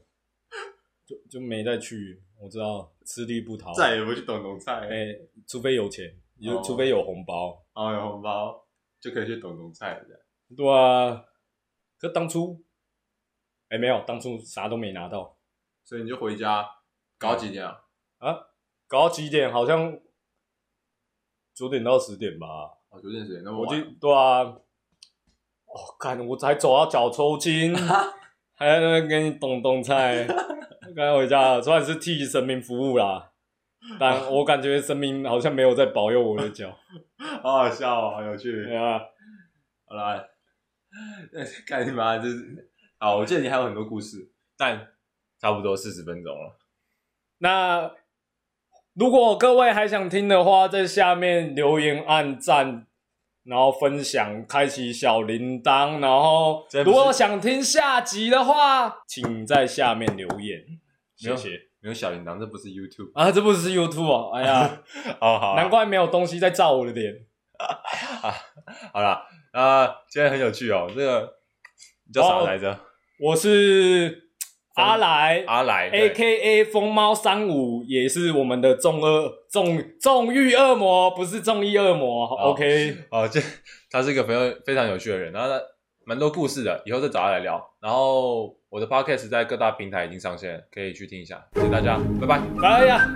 [SPEAKER 2] 就就没再去，我知道吃力不讨好，
[SPEAKER 1] 再也不去懂懂菜
[SPEAKER 2] 哎、
[SPEAKER 1] 了，
[SPEAKER 2] 除非有钱，有、
[SPEAKER 1] 哦
[SPEAKER 2] 除非有红包，
[SPEAKER 1] 然后有红包就可以去懂懂菜了。这样
[SPEAKER 2] 对啊，可当初，哎、没有，当初啥都没拿到，
[SPEAKER 1] 所以你就回家搞几点啊？
[SPEAKER 2] 搞到几点？好像九点到十点吧，
[SPEAKER 1] 哦，九点十点，那么
[SPEAKER 2] 嗯我就
[SPEAKER 1] 晚。
[SPEAKER 2] 对啊，哦，看我才走到脚抽
[SPEAKER 1] [laughs]
[SPEAKER 2] 筋，还在那边给你动动菜，该回家了。虽然是替神明服务啦，
[SPEAKER 1] 啊
[SPEAKER 2] 但我感觉神明好像没有在保佑我的脚。
[SPEAKER 1] [laughs] 好好笑哦，好有
[SPEAKER 2] 对
[SPEAKER 1] 趣。
[SPEAKER 2] 啊，
[SPEAKER 1] 好啦，干你妈！就是好，我记得你还有很多故事，但差不多四十分钟了。
[SPEAKER 2] 那如果各位还想听的话，在下面留言、按赞、然后分享，开启小铃铛，然后
[SPEAKER 1] 这不
[SPEAKER 2] 如
[SPEAKER 1] 是
[SPEAKER 2] 果想听下集的话，请在下面留言，
[SPEAKER 1] 没有
[SPEAKER 2] 谢谢
[SPEAKER 1] 没有小铃铛，这不是
[SPEAKER 2] [laughs]
[SPEAKER 1] YouTube
[SPEAKER 2] 啊！这不是 YouTube 哦，哎呀，
[SPEAKER 1] 哦， [laughs] 好啊
[SPEAKER 2] 难怪没有东西在照我的脸。
[SPEAKER 1] 好啦，啊、今天很有趣哦，这个你叫啥
[SPEAKER 2] 哦
[SPEAKER 1] 来着？
[SPEAKER 2] 我是
[SPEAKER 1] 风
[SPEAKER 2] 阿来
[SPEAKER 1] 阿来对
[SPEAKER 2] A K A 疯猫三五，也是我们的中二重重欲恶魔，不是重义恶魔。OK，
[SPEAKER 1] 哦，这他是一个非常非常有趣的人，然后他蛮多故事的，以后再找他来聊。然后我的 podcast 在各大平
[SPEAKER 2] 哎
[SPEAKER 1] 台已经上线了，可以去听一下，谢谢大家，拜拜。
[SPEAKER 2] 哎呀。